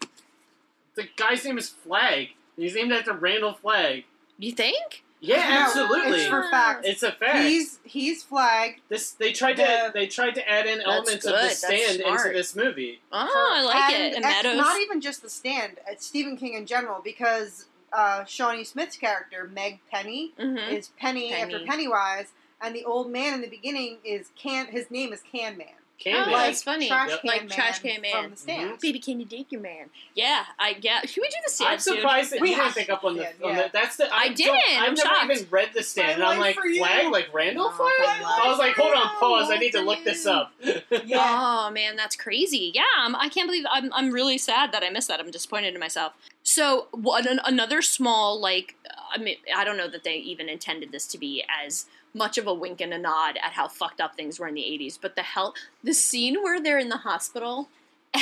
the guy's name is Flag. He's named after Randall Flag.
you think? Ah.
Yeah,
No,
absolutely.
It's for fact.
It's a fact.
He's he's flag.
this they tried
Yeah.
to they tried to add in elements of
good,
the
that's
stand into
smart.
this movie.
Oh, I
and
like it. And
it's
Meadows.
not e- even just the stand. It's Stephen King in general because uh, Shawnee Smith's character Meg Penny
Mhm.
is Penny, after
Penny.
Pennywise, and the old man in the beginning is can. His name is Can Man.
Oh,
Can
that's funny.
Trash
Yep.
can
Like
man
Trash Can Man.
from the stand.
Baby, can you date your man? Yeah, I yeah. Should we do the stand?
I'm surprised that
We
you didn't
have-
pick up on the,
yeah,
on
yeah.
the that's the
I
don't-
didn't,
I've
I'm
never
shocked.
even read the stand, and
My
I'm
life
like
for you.
flag like Randall
Oh,
No,
flag.
my life
I was like,
for
hold on,
you.
pause. I
Life
need to
for
look this
you.
up.
Yeah.
Oh man, that's crazy. Yeah, I'm, I can't believe I'm. I'm really sad that I missed that. I'm disappointed in myself. So one, an, another small like I mean I don't know that they even intended this to be as much of a wink and a nod at how fucked up things were in the 80s, but the hell the scene where they're in the hospital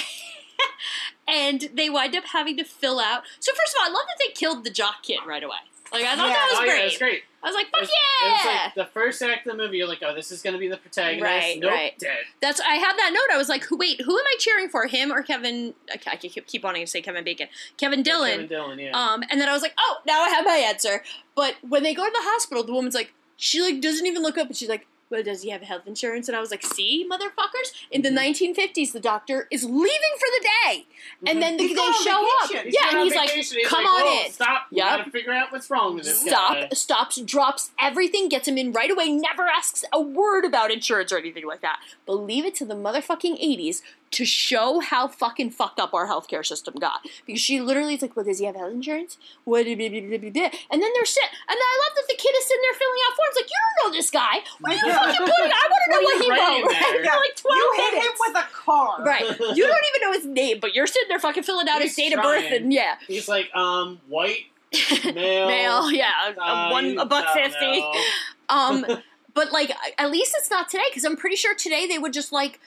and they wind up having to fill out. So first of all, I love that they killed the jock kid right away. Like I thought
Yeah.
that was
oh
great.
yeah, it's great.
I was like,
It
fuck
was-
yeah!
It was like the first act of the movie. You're like, oh, this is gonna be the protagonist.
Right,
nope,
right.
dead.
That's I had that note. I was like, who- wait, who am I cheering for? Him or Kevin? Okay, I keep keep wanting to say Kevin Bacon, Kevin Dillon.
Kevin Dillon, yeah.
Um, and then I was like, oh, now I have my answer. But when they go to the hospital, the woman's like, she like doesn't even look up, and she's like, well, does he have health insurance? And I was like, see, motherfuckers, in
Mm-hmm.
the 1950s, the doctor is leaving for the day,
Mm-hmm.
and then
He's
they,
going
they
on
show up.
vacation. He's
yeah,
going
and
on
he's like,
vacation, he's
come
like,
on
"Whoa,
in.
Stop. We
Yup.
gotta figure out what's wrong with this
Stop,
guy.
stops, drops everything, gets him in right away, never asks a word about insurance or anything like that. But leave it to the motherfucking 80s to show how fucking fucked up our healthcare system got. Because she literally is like, well, does he have health insurance? What? blah, blah, blah, blah, blah, blah." And then they're sit. And then I love that the kid is sitting there filling out forms like, you don't know this guy. What do you
Yeah.
fucking put in? I want to
What
know what
are
he
you writing
wrote.
there?
Right? For like 12
you hit
minutes.
him with a car.
right. You don't even know his name, but you're sitting there fucking filling out
He's
his date of birth
trying.
and yeah.
He's like, um, white male.
Male, yeah, a-
uh,
a one
you
a buck
don't
fifty.
know.
Um, but like, a- at least it's not today because I'm pretty sure today they would just like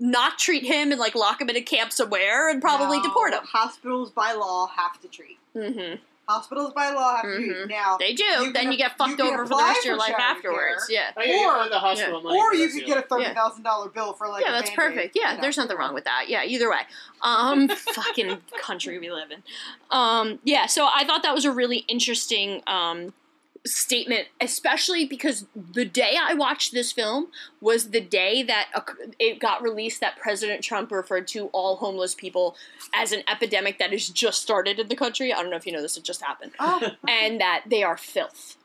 not treat him and like lock him in a camp somewhere and probably
Now,
deport him.
Hospitals by law have to treat.
hmm
Hospitals by law have to
Mhm.
treat now.
They do.
You
then
can-
you get
you
fucked
can
over for the
apply
rest of your
for
life
charity
afterwards.
care.
Yeah.
Oh, yeah,
Or-
or, the hospital money
Or
for
you
this
could
deal.
get a thirty thousand dollar bill for like
yeah,
a
that's
Band-Aid.
perfect. Yeah,
You
there's
know.
nothing wrong with that. Yeah, either way. Um, fucking country we live in. Um, yeah, so I thought that was a really interesting um, statement, especially because the day I watched this film was the day that a, it got released that President Trump referred to all homeless people as an epidemic that has just started in the country. I don't know if you know this, it just happened
Oh,
and that they are filth.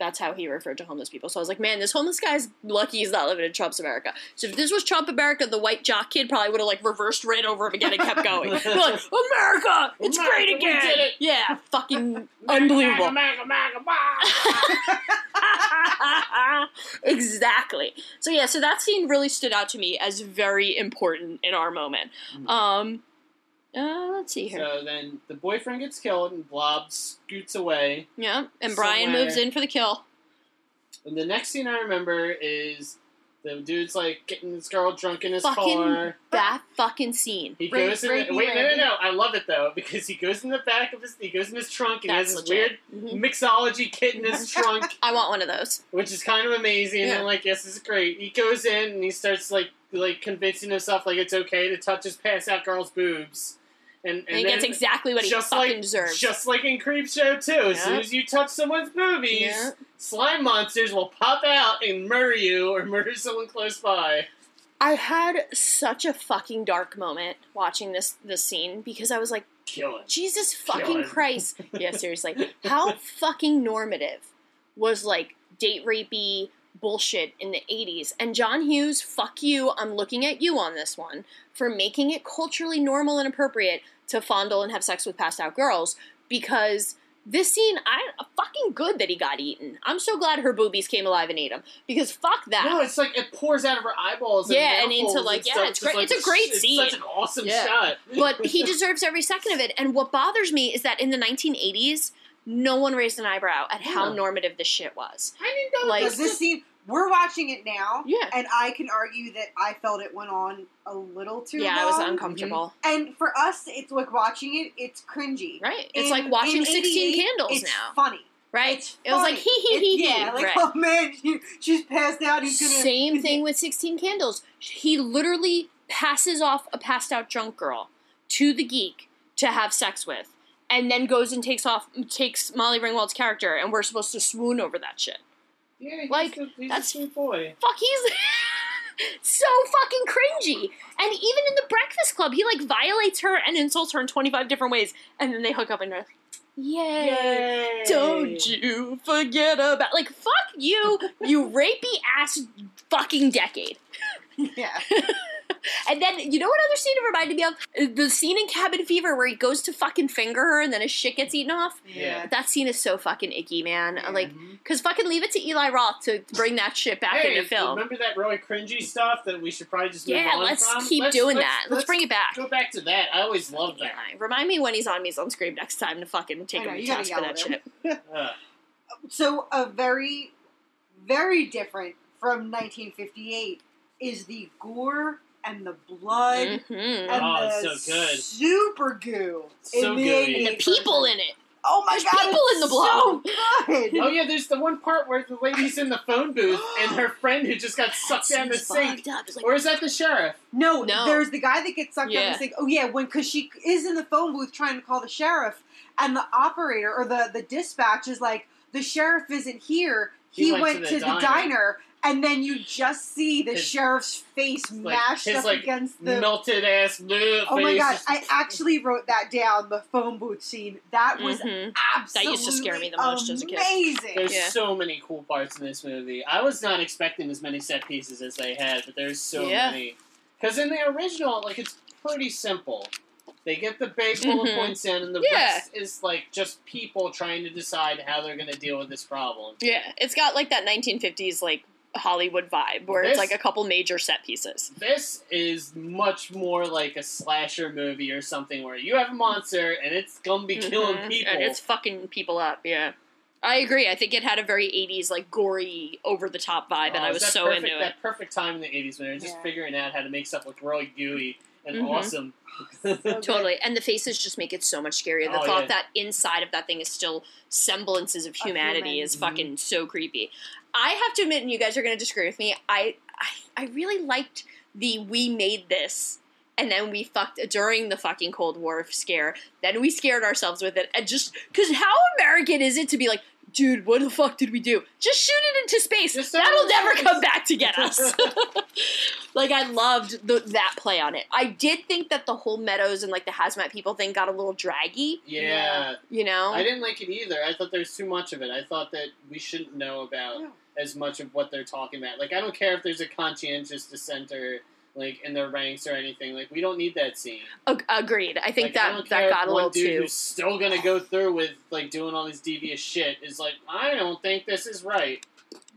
That's how he referred to homeless people. So I was like, man, this homeless guy's lucky he's not living in Trump's America. So if this was Trump America, the white jock kid probably would have like reversed right over him again and kept going. They're like, America, it's
America,
great
we
again.
did it.
Yeah, fucking unbelievable.
Maga, maga, maga, maga.
exactly. So yeah, so that scene really stood out to me as very important in our moment. Um, uh, let's see here.
Mm-hmm. So then the boyfriend gets killed and Blob scoots away.
yeah, and Brian
somewhere-
moves in for the kill.
And the next scene I remember is the dude's like getting this girl drunk in his
Fucking-
car.
That fucking scene.
He
Rape-
goes in.
rapey
The, wait, no, no,
Randy.
no! I love it though because he goes in the back of his. He goes in his trunk and he has
That's
this
legit.
weird
Mhm.
mixology kit in his trunk,
I want one of those.
which is kind of amazing. And
Yeah.
I'm like, yes, this is great. He goes in and he starts like like convincing himself like it's okay to touch his pass out girl's boobs, and and,
And, he
then
gets exactly what he
just
fucking
like
deserves.
just like in Creep Show too. As soon
Yeah.
as you touch someone's boobies,
Yeah.
slime monsters will pop out and murder you or murder someone close by.
I had such a fucking dark moment watching this this scene because I was like,
Kill him.
Jesus
Kill
fucking
him.
Christ. yeah, seriously. How fucking normative was like date rapey bullshit in the 80s? And John Hughes, fuck you, I'm looking at you on this one for making it culturally normal and appropriate to fondle and have sex with passed out girls because this scene, I fucking good that he got eaten. I'm so glad her boobies came alive and ate him because fuck that.
No, it's like it pours out of her eyeballs.
Yeah,
and,
and into,
mouthfuls
like, yeah,
stuff.
it's great-
like,
it's a great
It's
scene.
such an awesome
Yeah.
shot.
but he deserves every second of it. And what bothers me is that in the 1980s, no one raised an eyebrow at how
Yeah.
normative this shit was.
I didn't know
Like-
this.
Does this scene? We're watching it now,
Yeah.
and I can argue that I felt it went on a little too
yeah,
long.
I was uncomfortable.
And for us, it's like watching it. It's cringy.
Right? It's
In-
like watching
in
16
88,
Candles
it's
now.
Funny.
Mm-hmm. Right?
It's
it was
funny.
like hee hee hee hee.
It's- Yeah, like
right.
oh man, she, she's passed out. He's gonna
Same thing with 16 Candles. He literally passes off a passed out drunk girl to the geek to have sex with, and then goes and takes off takes Molly Ringwald's character, and we're supposed to swoon over that shit.
yeah, he's
like,
a, he's
that's-
a sweet boy.
fuck he's so fucking cringy and even in the breakfast club he like violates her and insults her in 25 different ways and then they hook up and they're like yay,
Yay.
don't you forget about like fuck you you rapey ass fucking decade
Yeah.
and then you know what other scene it reminded me of the scene in cabin fever where he goes to fucking finger her and then his shit gets eaten off
Yeah. Mm-hmm.
that scene is so fucking icky man
Yeah.
like because fucking leave it to eli roth to bring that shit back
Hey,
into film
remember that really cringy stuff that we should probably just move
Yeah,
on
let's
from?
keep
Let's-
doing that. Let's bring it back.
Go back to that. I always love that.
Eli, remind me when he's on Me's on Scream next time to fucking take
I
him
know,
to
you gotta
task for
yell
that
at him.
shit.
Ugh.
So a very, very different from 1958 is the gore and the blood
Mhm.
and
Oh,
the
it's so good.
super goo
So
in the
gooey.
88
And the people
version.
in it.
Oh my
There's
god,
people
it's
in the blow.
So
Oh
good.
yeah, there's the one part where the lady's in the phone booth and her friend who just got sucked down the
Seems
sink.
fucked up. It's like, "Mm-hmm."
Or is that the sheriff?
No,
No.
there's the guy that gets sucked down
Yeah.
the sink. Oh yeah, when because she is in the phone booth trying to call the sheriff, and the operator or the the dispatch is like, the sheriff isn't here. He, went, to, the, diner. and then you just see the
His-
sheriff's face
like,
mashed
his,
up
like,
against the.
Melted ass blue
Oh my
face.
god! I actually wrote that down. The phone booth scene. That was
mhm.
absolutely
used to scare me the most as a kid.
Amazing.
There's
Yeah.
so many cool parts in this movie. I was not expecting as many set pieces as they had, but there's so
Yeah.
many. Because in the original, like it's pretty simple. They get the big bullet
Mhm.
points in, and the
Yeah.
rest is like just people trying to decide how they're going to deal with this problem.
Yeah, it's got like that 1950s like Hollywood vibe where it's
This-
like a couple major set pieces.
This is much more like a slasher movie or something where you have a monster and it's going to be killing
Mhm.
people.
And it's fucking people up. Yeah, I agree. I think it had a very 80s like gory, over the top vibe, and
Oh,
I
it's
was
that
so
perfect,
into it.
That perfect time in the 80s when they're just
Yeah.
figuring out how to make stuff look really gooey and
Mhm.
awesome.
Totally, and the faces just make it so much scarier. The
Oh,
thought
yeah.
that inside of that thing is still semblances of
Of
humanity
humans.
is fucking so creepy. I have to admit, and you guys are going to disagree with me. I, I I really liked the we made this, and then we fucked during the fucking Cold War scare. Then we scared ourselves with it, and just because how American is it to be like, dude, what the fuck did we do? Just shoot it into space.
Just throw it
That'll
into
never
space."
come back to get us. Like I loved the, that play on it. I did think that the whole Meadows and like the hazmat people thing got a little draggy.
yeah.
You know,
I didn't like it either. I thought there's too much of it. I thought that we shouldn't know about
No.
as much of what they're talking about. Like, I don't care if there's a conscientious dissenter, like, in their ranks or anything. Like, we don't need that scene.
Ag- agreed. I
Like,
think
I
that
don't care
that
if
got a
one
little
dude
too.
Who's still gonna go through with like doing all this devious shit is like, I don't think this is right.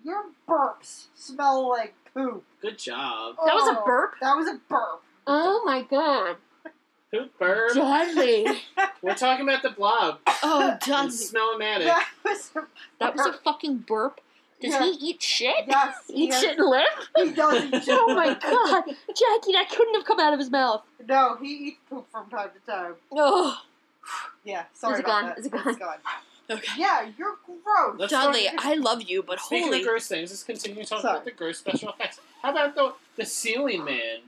Your burps smell like poop.
Good job.
That was a
Oh,
burp?
That was a burp.
Oh my god,
Poop bird.
Dudley!
We're talking about the blob.
oh Dudley,
It's smellomatic.
That was a
that was a fucking burp. Does
Yeah.
he eat shit?
yes.
Eat
yes.
shit and live?
He does eat shit.
Oh my god, Jackie, that couldn't have come out of his mouth.
No, he eats poop from time to time.
Oh,
Yeah, sorry
Is it
about
gone?
that.
Is it gone?
It's gone.
Okay.
Yeah, you're gross.
Let's
Dudley,
talk-
I love you, but
Speaking
holy
of gross things, let's continue talking
Sorry.
about the gross special effects. How about the the ceiling man?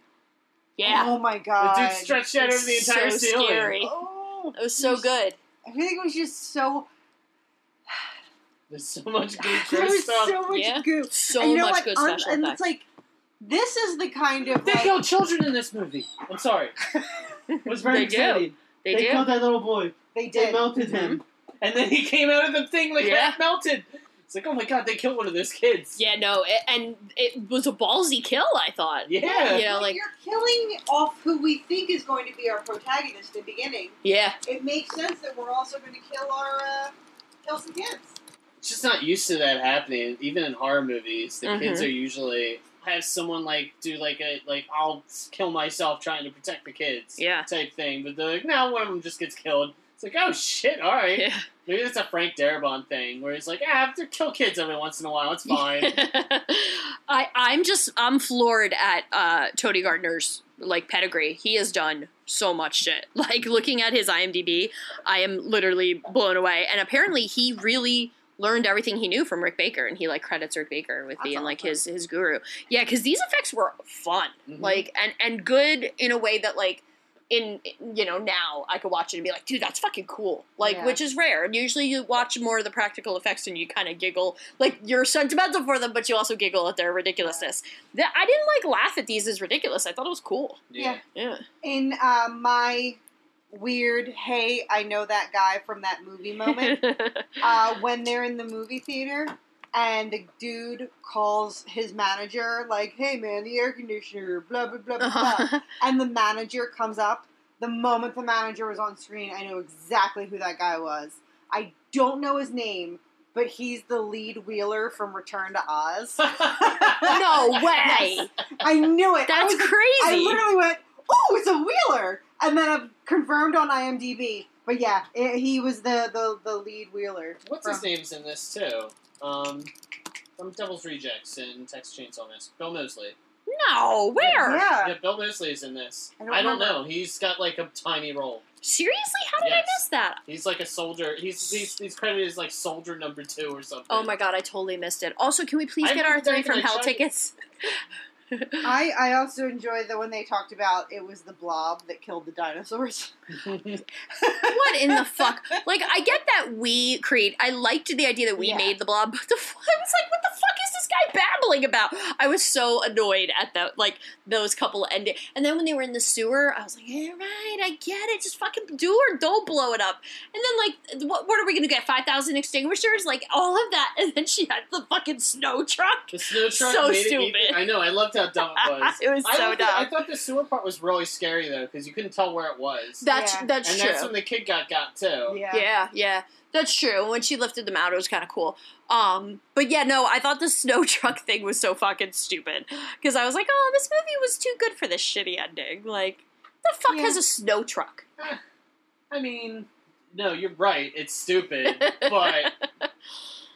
yeah,
Oh my
The
god.
dude stretched out over the
It's
entire
so
ceiling.
scary.
Oh,
That was so good.
everything was just so.
There's so much good
There
gross
was
stuff.
so much
Yeah.
goo.
So
and you know
much
what?
good
Un-
special
and it's
effects.
like, this is the kind of
they
like,
kill children in this movie. I'm sorry. It was very
They do.
exciting.
they do.
killed that little boy.
they
They
did.
melted him, and then he came out of the thing like
Mm-hmm. Yeah.
half melted. It's like, oh my god, they killed one of those kids.
Yeah, no, it, and it was a ballsy kill. I thought.
Yeah.
you know,
Like,
like
you're killing off who we think is going to be our protagonist in the beginning.
yeah,
It makes sense that we're also going to kill our uh, kill some kids.
It's just not used to that happening. Even in horror movies, the kids
Mhm.
are usually have someone like do like a like I'll kill myself trying to protect the kids.
Yeah.
Type thing, but they're like, no, one of them just gets killed. It's like, oh shit, all right.
yeah.
Maybe that's a Frank Darabont thing where he's like, ah, I have to kill kids every once in a while. It's fine.
I I'm just I'm floored at uh Tony Gardner's like pedigree. He has done so much shit. Like looking at his IMDb, I am literally blown away. And apparently, he really learned everything he knew from Rick Baker, and he like credits Rick Baker with
That's
being like
awesome.
his his guru. Yeah, because these effects were fun,
Mhm.
like and and good in a way that like. In you know now, I could watch it and be like, "Dude, that's fucking cool!" Like,
Yeah.
which is rare. And usually, you watch more of the practical effects and you kind of giggle like you're sentimental for them, but you also giggle at their ridiculousness. That I didn't like laugh at these as ridiculous. I thought it was cool. Yeah,
In uh, my weird, hey, I know that guy from that movie moment, uh, when they're in the movie theater and the dude calls his manager, like, hey man, the air conditioner, blah, blah, blah, blah, blah.
Uh-huh.
And the manager comes up. The moment the manager was on screen, I know exactly who that guy was. I don't know his name, but he's the lead wheeler from Return to Oz.
no way.
I knew it. I
That's
was
crazy.
I literally went, "Oh, it's a Wheeler," and then I've confirmed on IMDb. But yeah, i he was the, the the lead Wheeler.
What's
from-
his name's in this too? Um, from Devil's Rejects and Texas Chainsaw Massacre, Bill Mosley.
no, where?
Yeah,
Yeah, Bill Mosley is in this.
I don't
I don't
remember.
know. He's got like a tiny role.
Seriously, how did
Yes.
I miss that?
He's like a soldier. He's he's, he's credited as like soldier number two or something.
Oh my god, I totally missed it. Also, can we please
I
get our
wouldn't
three
think
from
that
hell
Chucky-
tickets?
I, I also enjoyed the when they talked about it was the blob that killed the dinosaurs.
What in the fuck? Like, I get that we create. I liked the idea that we
Yeah.
made the blob, but the fu- I was like, what the fuck is this guy babbling about? I was so annoyed at the like those couple ending. And then when they were in the sewer, I was like, all right, I get it. Just fucking do or don't blow it up. And then like, what, what are we gonna get? Five thousand extinguishers? Like all of that. And then she had the fucking snow truck.
The snow truck
So
made it
stupid.
even- I know. I loved how dumb it was.
it was
I,
so
loved
dumb.
it- I thought the sewer part was really scary though because you couldn't tell where it was.
that's
Yeah.
that's
and
true.
that's when the kid got got too.
Yeah.
Yeah, yeah. That's true. When she lifted them out, it was kind of cool. Um, but yeah, no, I thought the snow truck thing was so fucking stupid because I was like, oh, this movie was too good for this shitty ending. Like, the fuck
Yeah.
has a snow truck?
I mean, no, you're right. It's stupid, but I,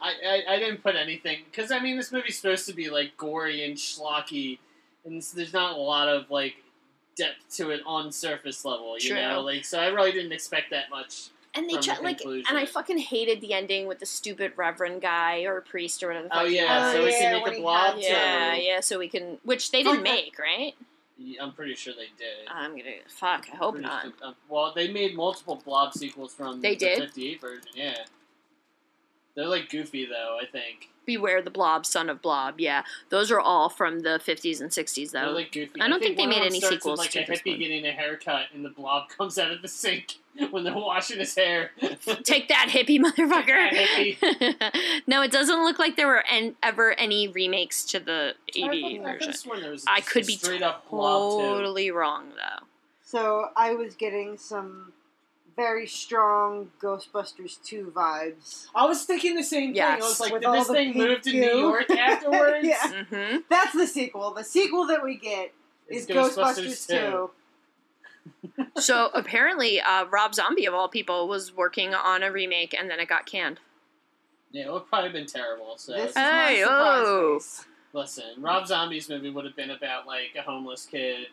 I I didn't put anything because I mean this movie's supposed to be like gory and schlocky, and s- there's not a lot of like depth to it on surface level. You
True.
know, like so I really didn't expect that much.
And they
From
try
the
like, and I
conclusion.
fucking hated the ending with the stupid reverend guy or priest or whatever. The
Oh
fuck he
yeah,
was.
Oh,
so we
yeah, uh,
can
when
make a
he
blob
had-
too.
yeah, yeah. So we can, which they didn't
Fuck.
make, right?
Yeah, I'm pretty sure they did.
I'm gonna fuck. I hope
Pretty
not.
sure- uh, well, they made multiple Blob sequels from
They
the
did?
58 version. Yeah, they're like goofy though. I think
Beware the Blob, Son of Blob. Yeah, those are all from the 50s and 60s, though.
they're like goofy.
I don't think they
one of
made
them
any
starts
sequels
With,
to
like a
this
hippie
one.
getting a haircut, and the Blob comes out of the sink when they're washing his hair.
Take that, hippie
Take
motherfucker! no, it doesn't look like there were an, ever any remakes to the
I,
AV
thought- I
version.
could've sworn there was
I
just
could
a
be
straight up Blob too.
totally wrong, though.
So I was getting some very strong Ghostbusters 2 vibes.
I was thinking the same
Yes.
thing. I was like,
With
did
all
this
the
thing
pink
move to
goo.
New York afterwards?
Yeah.
Mm-hmm.
That's the sequel. The sequel that we get
It's
is Ghostbusters, 2.
So apparently, uh, Rob Zombie of all people was working on a remake, and then it got canned.
Yeah, it would probably have been terrible. So
This is
Hey,
my surprise
oh.
face.
Listen, Rob Zombie's movie would have been about like a homeless kid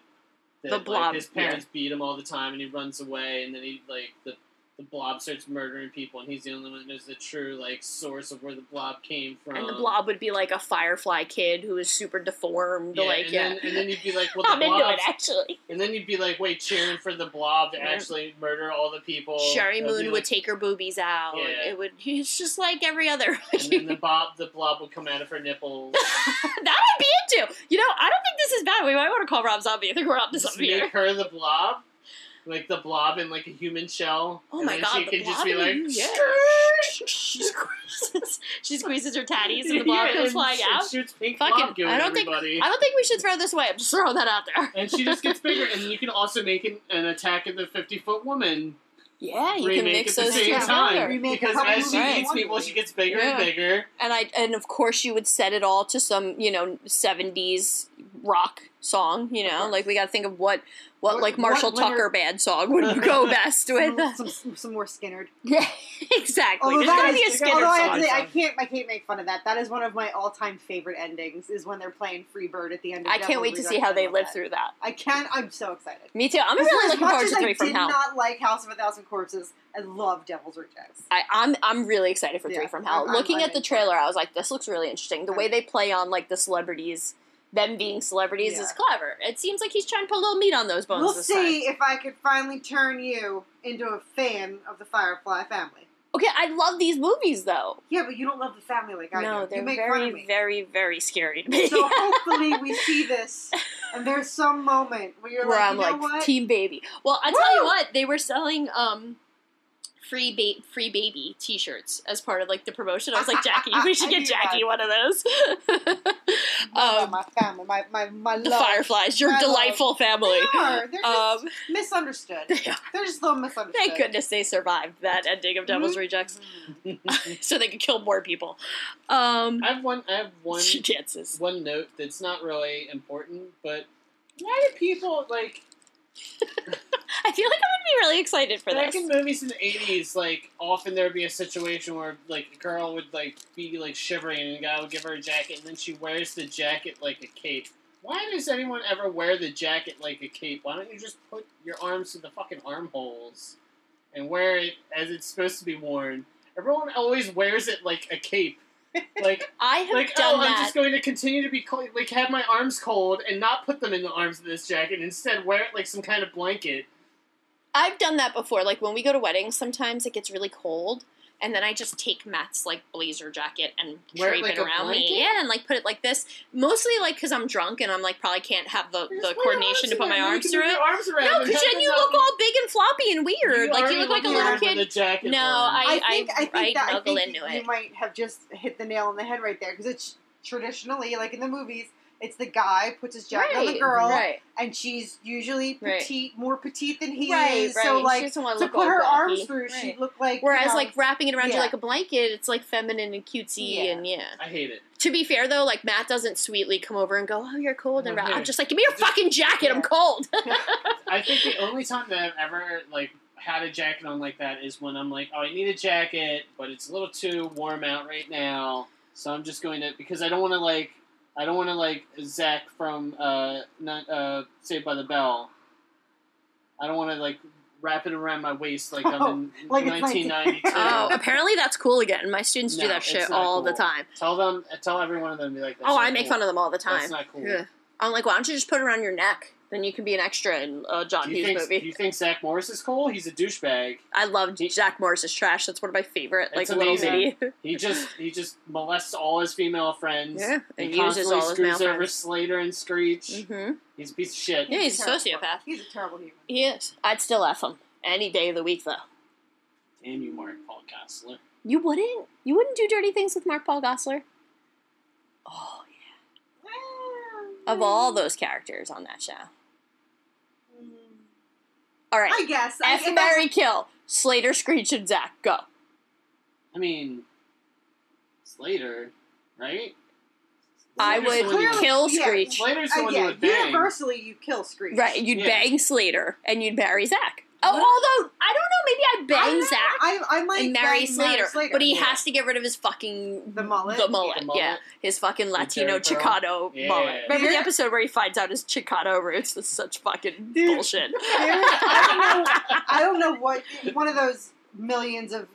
that
The blob,
like, his parents beat him all the time, and he runs away, and then he like the the blob starts murdering people, and he's the only one that knows the true like source of where the blob came from.
And the Blob would be like a Firefly kid who is super deformed.
yeah,
like,
and,
yeah,
Then, and then you'd be like, well, the
I'm into
blob,
it actually.
and then you'd be like, wait, cheering for the blob to
Yeah.
actually murder all the people.
Sherry
It would be
Moon
like-
Oh, would take her boobies out.
Yeah.
It would. It's just like every other.
and then the blob, the blob would come out of her nipples.
That I'd be into. You know, I don't think this is bad. We might want to call Rob Zombie. I think we're up to
just
something
make
here.
her the blob, like the blob in like a human shell.
Oh
and
my
then
god,
she
the
could
blob
just be
in
like,
the- yeah. she squeezes, she squeezes her tatties, and
Yeah,
the blob comes
and
flying
sh-
out.
And shoots pink
Fucking-
blob goo
I
at
don't think-
everybody.
I don't think we should throw this away. I'm just throwing that out there.
and she just gets bigger, and you can also make an, an attack at the fifty-foot woman
Yeah, you can
remake
mix
at the
those two
same time
together.
Remake a
because
couple
as she
movies
eats
in
people,
one
she gets bigger and
Yeah.
bigger.
And I and of course you would set it all to some you know 70s rock song. You know, like we got to think of what what,
What-
like Marshall
what winner-
Tucker band song would go best with.
Some, some, some more Skinnerd.
Yeah, exactly.
Although
There's
that
gotta be a
is,
Skinner
although I,
song.
have to say, I
song.
can't, I can't make fun of that. That is one of my all-time favorite endings. Is when they're playing Free Bird at the end. of
I can't
Devil's
wait to see
Rejects.
how
I
they
love
live
that.
through that.
I can. I'm so excited.
Me too. I'm
As-
really
as
looking
much
forward
as
to Three
I
from
did
Hell.
not like House of a Thousand Corpses. I love Devil's Rejects.
I, I'm I'm really excited for Three
Yeah,
from Hell.
I'm- I'm-
Looking
I'm
at the
in for it.
trailer, I was like, this looks really interesting. The way
I'm-
they play on like the celebrities, them being celebrities, is
Yeah.
clever. It seems like he's trying to put a little meat on those bones.
We'll
this
see
Time.
if I could finally turn you into a fan of the Firefly family.
Okay, I love these movies though.
Yeah, but you don't love the family like I
no,
do. You
they're
make fun of
very,
me.
very, very scary to me.
So hopefully we see this, and there's some moment where you're
where
like,
I'm
you know
like
what?
team baby. Well, I tell you
Woo!
what, they were selling um free ba- free baby t-shirts as part of like the promotion. I was like, Jackie, we should
I
get
knew
Jackie
that.
one of those.
Love
um,
my family, my my my
the
love.
Fireflies, your
I love-
delightful family.
They are. They're just
Um,
misunderstood.
they are.
They're just a little misunderstood.
Thank goodness they survived that ending of Devil's
Mhm.
Rejects, so they could kill more people. Um,
I have one. I have one.
chances.
One note that's not really important, but why do people like
I feel like I'm gonna be really excited for
back
this.
in movies in the eighties? Like often there would be a situation where like a girl would like be like shivering, and a guy would give her a jacket, and then she wears the jacket like a cape. Why does anyone ever wear the jacket like a cape? Why don't you just put your arms in the fucking armholes and wear it as it's supposed to be worn? Everyone always wears it like a cape. Like,
I have
like
done
oh,
that.
I'm just going to continue to be cold, like have my arms cold and not put them in the arms of this jacket. And instead, wear it like some kind of blanket.
I've done that before. Like when we go to weddings, sometimes it gets really cold, and then I just take Matt's like blazer jacket and
Wear it
drape
like
it
a
around me,
blanket?
yeah, and like put it like this. Mostly like because I'm drunk and I'm like probably can't have the,
Just
the
put your
coordination to
in there,
put my
and you
arms
can
through
move
it.
your arms around
No,
and
because
have
then you
yourself
look all big and floppy and weird. like
already
you look like a
weird
little
weird
kid.
with a jacket
No,
on.
I-
I think I, think
I
that I
snuggle
think
into
you
it.
might have just hit the nail on the head right there because it's traditionally like in the movies, it's the guy puts his jacket on the girl,
right?
and she's usually
Right.
petite, more petite than he
Right,
is.
right.
So
She
like
doesn't wanna
to
look
put
all
her arms
wacky.
through, she'd
Right.
look like. you
Whereas
know,
like wrapping it around
yeah.
you like a blanket, it's like feminine and cutesy
Yeah.
and yeah.
I hate it.
To be fair though, like Matt doesn't sweetly come over and go, "Oh, you're cold," and
Mhm.
I'm just like, "Give me your fucking jacket. I'm
Yeah.
cold."
I think the only time that I've ever like had a jacket on like that is when I'm like, oh, I need a jacket, but it's a little too warm out right now, so I'm just going to because I don't want to like I don't want to like Zach from uh, not, uh Saved by the Bell. I don't want to like wrap it around my waist Oh, like I'm in
Like it's
1992.
oh, apparently that's cool again. My students do
No,
that
it's
shit
not
all the
cool.
time.
Tell them, tell every one of them, be like,
oh, I make fun of them all the time.
That's not cool.
Yeah. I'm like, why don't you just put it around your neck? Then you can be an extra in a John
Do you,
Hughes
think,
movie.
do you think Zach Morris is cool? He's a douchebag.
I love Jack Morris's trash. That's one of my favorite, like
It's
little
amazing.
mini.
He just he just molests all his female friends.
Yeah,
he
and
constantly
uses all his
screws
male
over
friends.
Slater and Screech.
mm-hmm.
He's a piece of shit.
Yeah, he's a
terrible-
sociopath.
He's a terrible human.
He is. I'd still f him any day of the week, though.
Damn you, Mark Paul Gosselaar.
You wouldn't. You wouldn't do dirty things with Mark Paul Gosselaar. Oh, yeah. of all those characters on that show. All right.
Mm-hmm. I guess. I,
F
and that's-
Mary Kill. Slater, Screech, and Zach. Go.
I mean, Slater, right?
I
Slater's the
would
one who-
kill
yeah.
Screech.
Slater's the
uh,
one who
yeah,
would bang.
universally you kill Screech.
Right, you'd
Yeah.
bang Slater and you'd marry Zach. Oh, although I don't know, maybe
I
I'd bang
know,
Zach
I, I might
and marry
bang Mary
Slater, but he
yeah.
has to get rid of his fucking
The mullet?
The mullet,
The mullet.
yeah, his fucking Latino
Jerry Curl.
Chicano
Yeah.
mullet. Remember the
There-
episode where he finds out his Chicano roots is such fucking
Dude.
bullshit.
There- I don't know. I don't know what one of those millions of uh,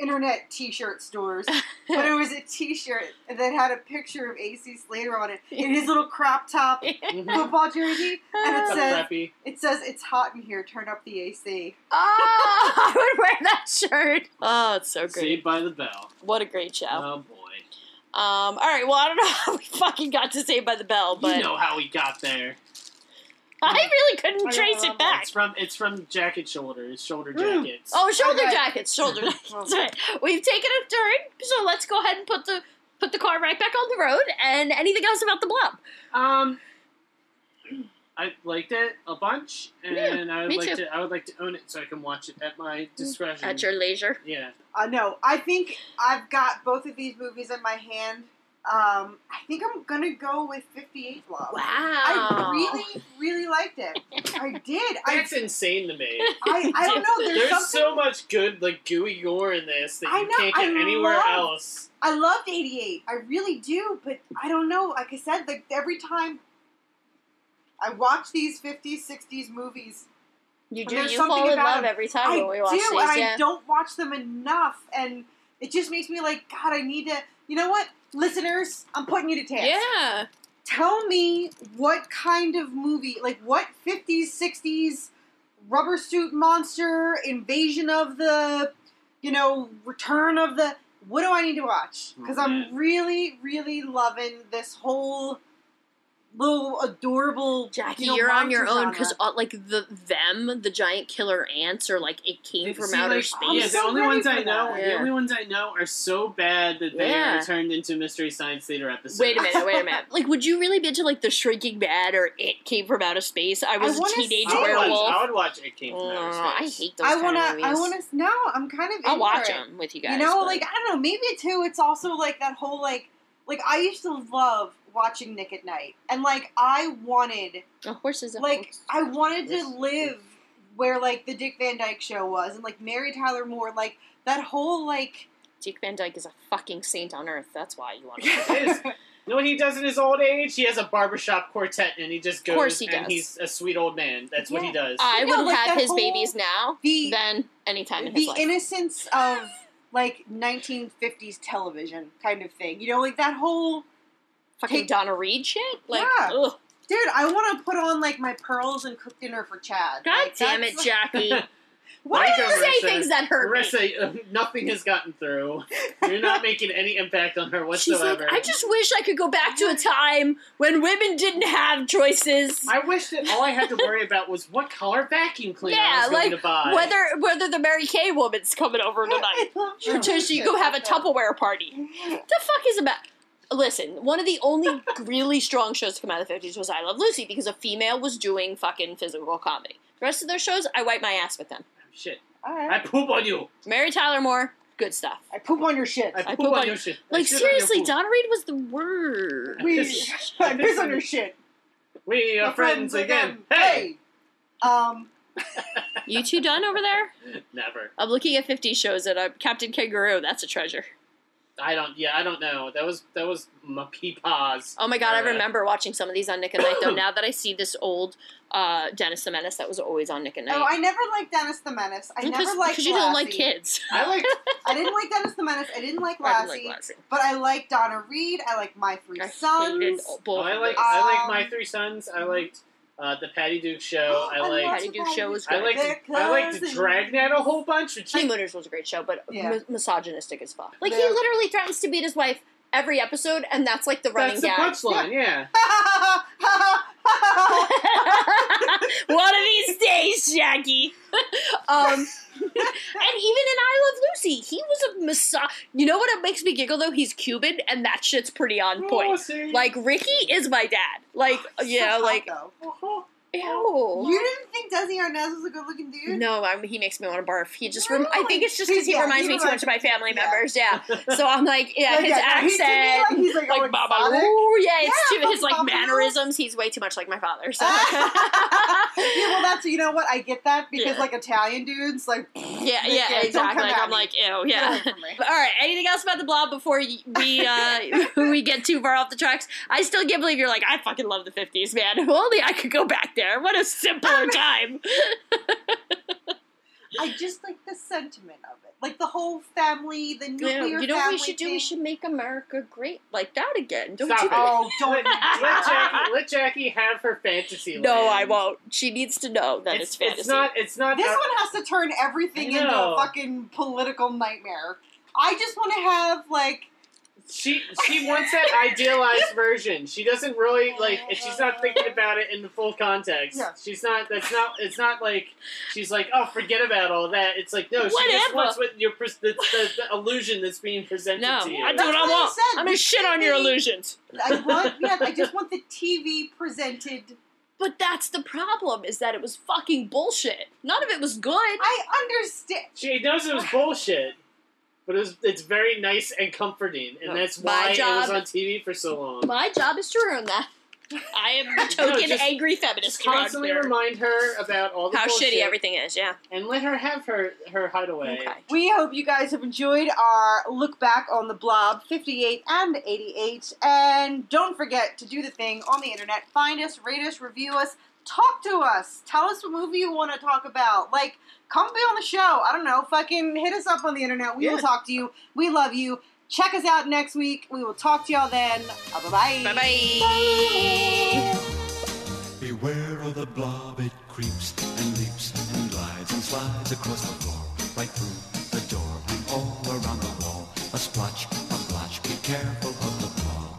internet T-shirt stores, but it was a T-shirt that had a picture of AC Slater on it in his little crop top
Mhm.
football jersey, and
The
it says
preppy.
it says it's hot in here. Turn up the AC.
oh, I would wear that shirt. Oh, it's so great.
Saved by the Bell.
What a great show. Um,
Oh boy,
all right, well, I don't know how we fucking got to Saved by the Bell, but
you know how he got there.
I really couldn't trace it back.
It's from it's from jacket shoulder. It's shoulder jackets.
Oh, shoulder
Okay.
jackets, shoulder jackets.
Okay.
Right. We've taken a turn, so let's go ahead and put the put the car right back on the road. And anything else about the blob?
Um, I liked it a bunch, and I would
me
like
too. Mm,
to. I would like to own it so I can watch it at my discretion.
At your leisure.
yeah,
Uh, no, I think I've got both of these movies in my hand. Um, I think I'm gonna go with 58 Love.
Wow.
I really, really liked it. I did. I,
that's insane to me.
I, I don't know. There's,
There's
something
so much good like gooey gore in this that
I
you
know,
can't get
I
anywhere
love-
else.
I loved 88. I really do, but I don't know. Like I said, like every time I watch these 50s, 60s movies,
You
And
do.
there's
You
something
fall in
about
love
him.
every time
I
when we watch
do,
these.
and I
yeah.
don't watch them enough, and it just makes me like, God, I need to. You know what, listeners, I'm putting you to task.
Yeah.
Tell me what kind of movie, like what 50s, 60s rubber suit monster invasion of the, you know, return of the. What do I need to watch? Because I'm
Man.
really, really loving this whole little adorable.
Jackie,
you know,
you're on your
monster
own because
genre.
like the them, the giant killer ants, are like it came from
See,
outer
like,
space.
I'm
Yeah, the
so
only
ready
ones
for
I know,
that.
the
Yeah.
only ones I know are so bad that they
Yeah.
are turned into mystery science theater episodes.
Wait a minute, wait a minute. Like, would you really be into like the Shrinking Man or It Came from Outer Space? I was a
wanna
teenage
I
see
would,
werewolf.
watch, I would watch it came from outer
Oh, I
space.
hate those.
I
want
wanna,
to.
I wanna. No, I'm kind of.
I'll
in
watch
for it.
them with you guys.
you know,
but-
like I don't know, maybe too. It's also like that whole like, like I used to love watching Nick at Night, and like I wanted,
oh, horses. and
like
hoes.
I wanted
Yes.
to live where like the Dick Van Dyke Show was, and like Mary Tyler Moore, like that whole like.
Dick Van Dyke is a fucking saint on earth. That's why you want
It is.
to.
You know what he does in his old age? He has a barbershop quartet, and he just goes
Of course he
and
does.
he's a sweet old man. That's what he
Yeah.
does.
I
No,
would
like
have
that
his
whole-
babies now
the-
than any time in his
the
life.
innocence of like 1950s television kind of thing. You know, like that whole
Fucking
take-
Donna Reed shit. Like,
Yeah.
ugh.
dude. I want to put on like my pearls and cook dinner for Chad.
God
Like,
damn it,
that's-
Jackie.
Why
Like
do
a
you
Don't say
Marissa.
things that hurt me.
Marissa, uh, nothing has gotten through. You're not making any impact on her
She's like,
whatsoever.
I just wish I could go back to a time when women didn't have choices.
I wish that all I had to worry about was what color vacuum cleaner I
yeah,
was going
like
to buy.
whether whether the Mary Kay woman's coming over tonight. So you go have a Tupperware party. The fuck is about? Listen, one of the only really strong shows to come out of the fifties was I Love Lucy because a female was doing fucking physical comedy. The rest of their shows, I wipe my ass with them.
Shit.
All
I
right.
poop on you.
Mary Tyler Moore, good stuff.
I poop on your shit.
I poop,
poop
on,
on-
your shit. I
Like
shit on your
seriously,
poop.
Donna Reed was the word.
We,
piss- I
I
piss
piss
on
on your
you.
shit.
We are
We're
friends, again. Hey!
Um.
You two done over there?
Never.
I'm looking at 50 shows that I'm Captain Kangaroo. That's a treasure.
I don't. Yeah, I don't know. That was that was my peepaws. Uh,
Oh my god, I
era.
remember watching some of these on Nick and Night. Though now that I see this old uh, Dennis the Menace that was always on Nick and Night.
Oh, I never liked Dennis the Menace. I never liked
because you don't like
Lassie.
kids.
I like.
I didn't like Dennis the Menace. I didn't like
I didn't
Lassie.
like Lassie.
But I like Donna Reed. I like My Three
I hated
Sons.
oh,
both.
I
of
like.
them.
I like my
Um,
three sons. I liked uh, the Patty Duke show. I
I
liked.
love
Oh, Patty Duke show was
I
good.
liked. I liked
Because-
Dragnet a whole bunch. Which
Honeymooners was a great show, but
Yeah.
mi- misogynistic as fuck. Like he
Yeah.
literally threatens to beat his wife every episode, and that's like the running
that's the
gag.
punchline. Yeah.
One of these days, Jackie. um, and even in I Love Lucy, he was a massage. You know what makes me giggle though? He's Cuban, and that shit's pretty on
Oh,
point.
see?
Like Ricky is my dad. Like you know, like
Uh-huh.
You
ew.
didn't think Desi Arnaz was a good-looking dude?
No, I'm, he makes me want to barf. He just, rem- I
Really?
think it's just because he
Yeah, he
reminds me too
reminds-
much of my family
yeah.
members. Yeah, so I'm like, yeah,
Like,
his
yeah, he- to me, like,
accent,
he's like, oh,
like Baba
exotic.
Lou, yeah, it's
Yeah,
too, his
fucking
like
Baba Lou.
mannerisms. He's way too much like my father. So.
yeah, well, that's you know what I get that because
Yeah.
like Italian dudes like
Yeah,
Like,
yeah,
yeah, don't
exactly.
come
Like,
at
I'm
me.
like, ew,
get
yeah.
away from me.
But, all right. Anything else about the blob before y- we uh, we get too far off the tracks? I still can't believe you're like, I fucking love the '50s, man. If only I could go back there. What a simpler time.
I just like the sentiment of it, like the whole family, the nuclear
you know what we
family
should do?
thing.
We should make America great like that again. Don't
Stop
you?
it.
Oh, don't
Let, let Jackie. Let Jackie have her fantasy.
No, I
land.
won't. She needs to know that it's,
It's,
fantasy.
it's not. It's not.
This
our-
one has to turn everything
I
into
know.
a fucking political nightmare. I just want to have like
She she wants that idealized version. She doesn't really like. and She's not thinking about it in the full context.
Yeah.
She's not. That's not. It's not like she's like. Oh, forget about all that. It's like no. She just
Whatever.
wants what your pres- the, the, the illusion that's being presented
No, I
to
do
you.
what
That's
I
what I
want.
said.
I'm gonna shit on your illusions.
I want yeah, I just want the TV presented.
But that's the problem: is that it was fucking bullshit. None of it was good.
I understand.
She knows it was bullshit, but it was, it's very nice and comforting, and that's
My
why it was
job-
on TV for so long.
My job is to ruin that. I am the
No,
token
just-
angry
Just
feminist around
constantly
here.
remind her about all the
How
bullshit
shitty everything is, yeah.
and let her have her her hideaway.
Okay.
We hope you guys have enjoyed our look back on the Blob 58 and 88. And don't forget to do the thing on the internet. Find us, rate us, review us, talk to us. Tell us what movie you want to talk about. Like, come be on the show. I don't know. Fucking hit us up on the internet. We
Yeah.
will talk to you. We love you. Check us out next week. We will talk to y'all then. Bye-bye.
Bye-bye.
Beware of the blob, it creeps and leaps and glides and slides across the floor, right through the door and all around the wall. A splotch, a blotch, be careful of the blob.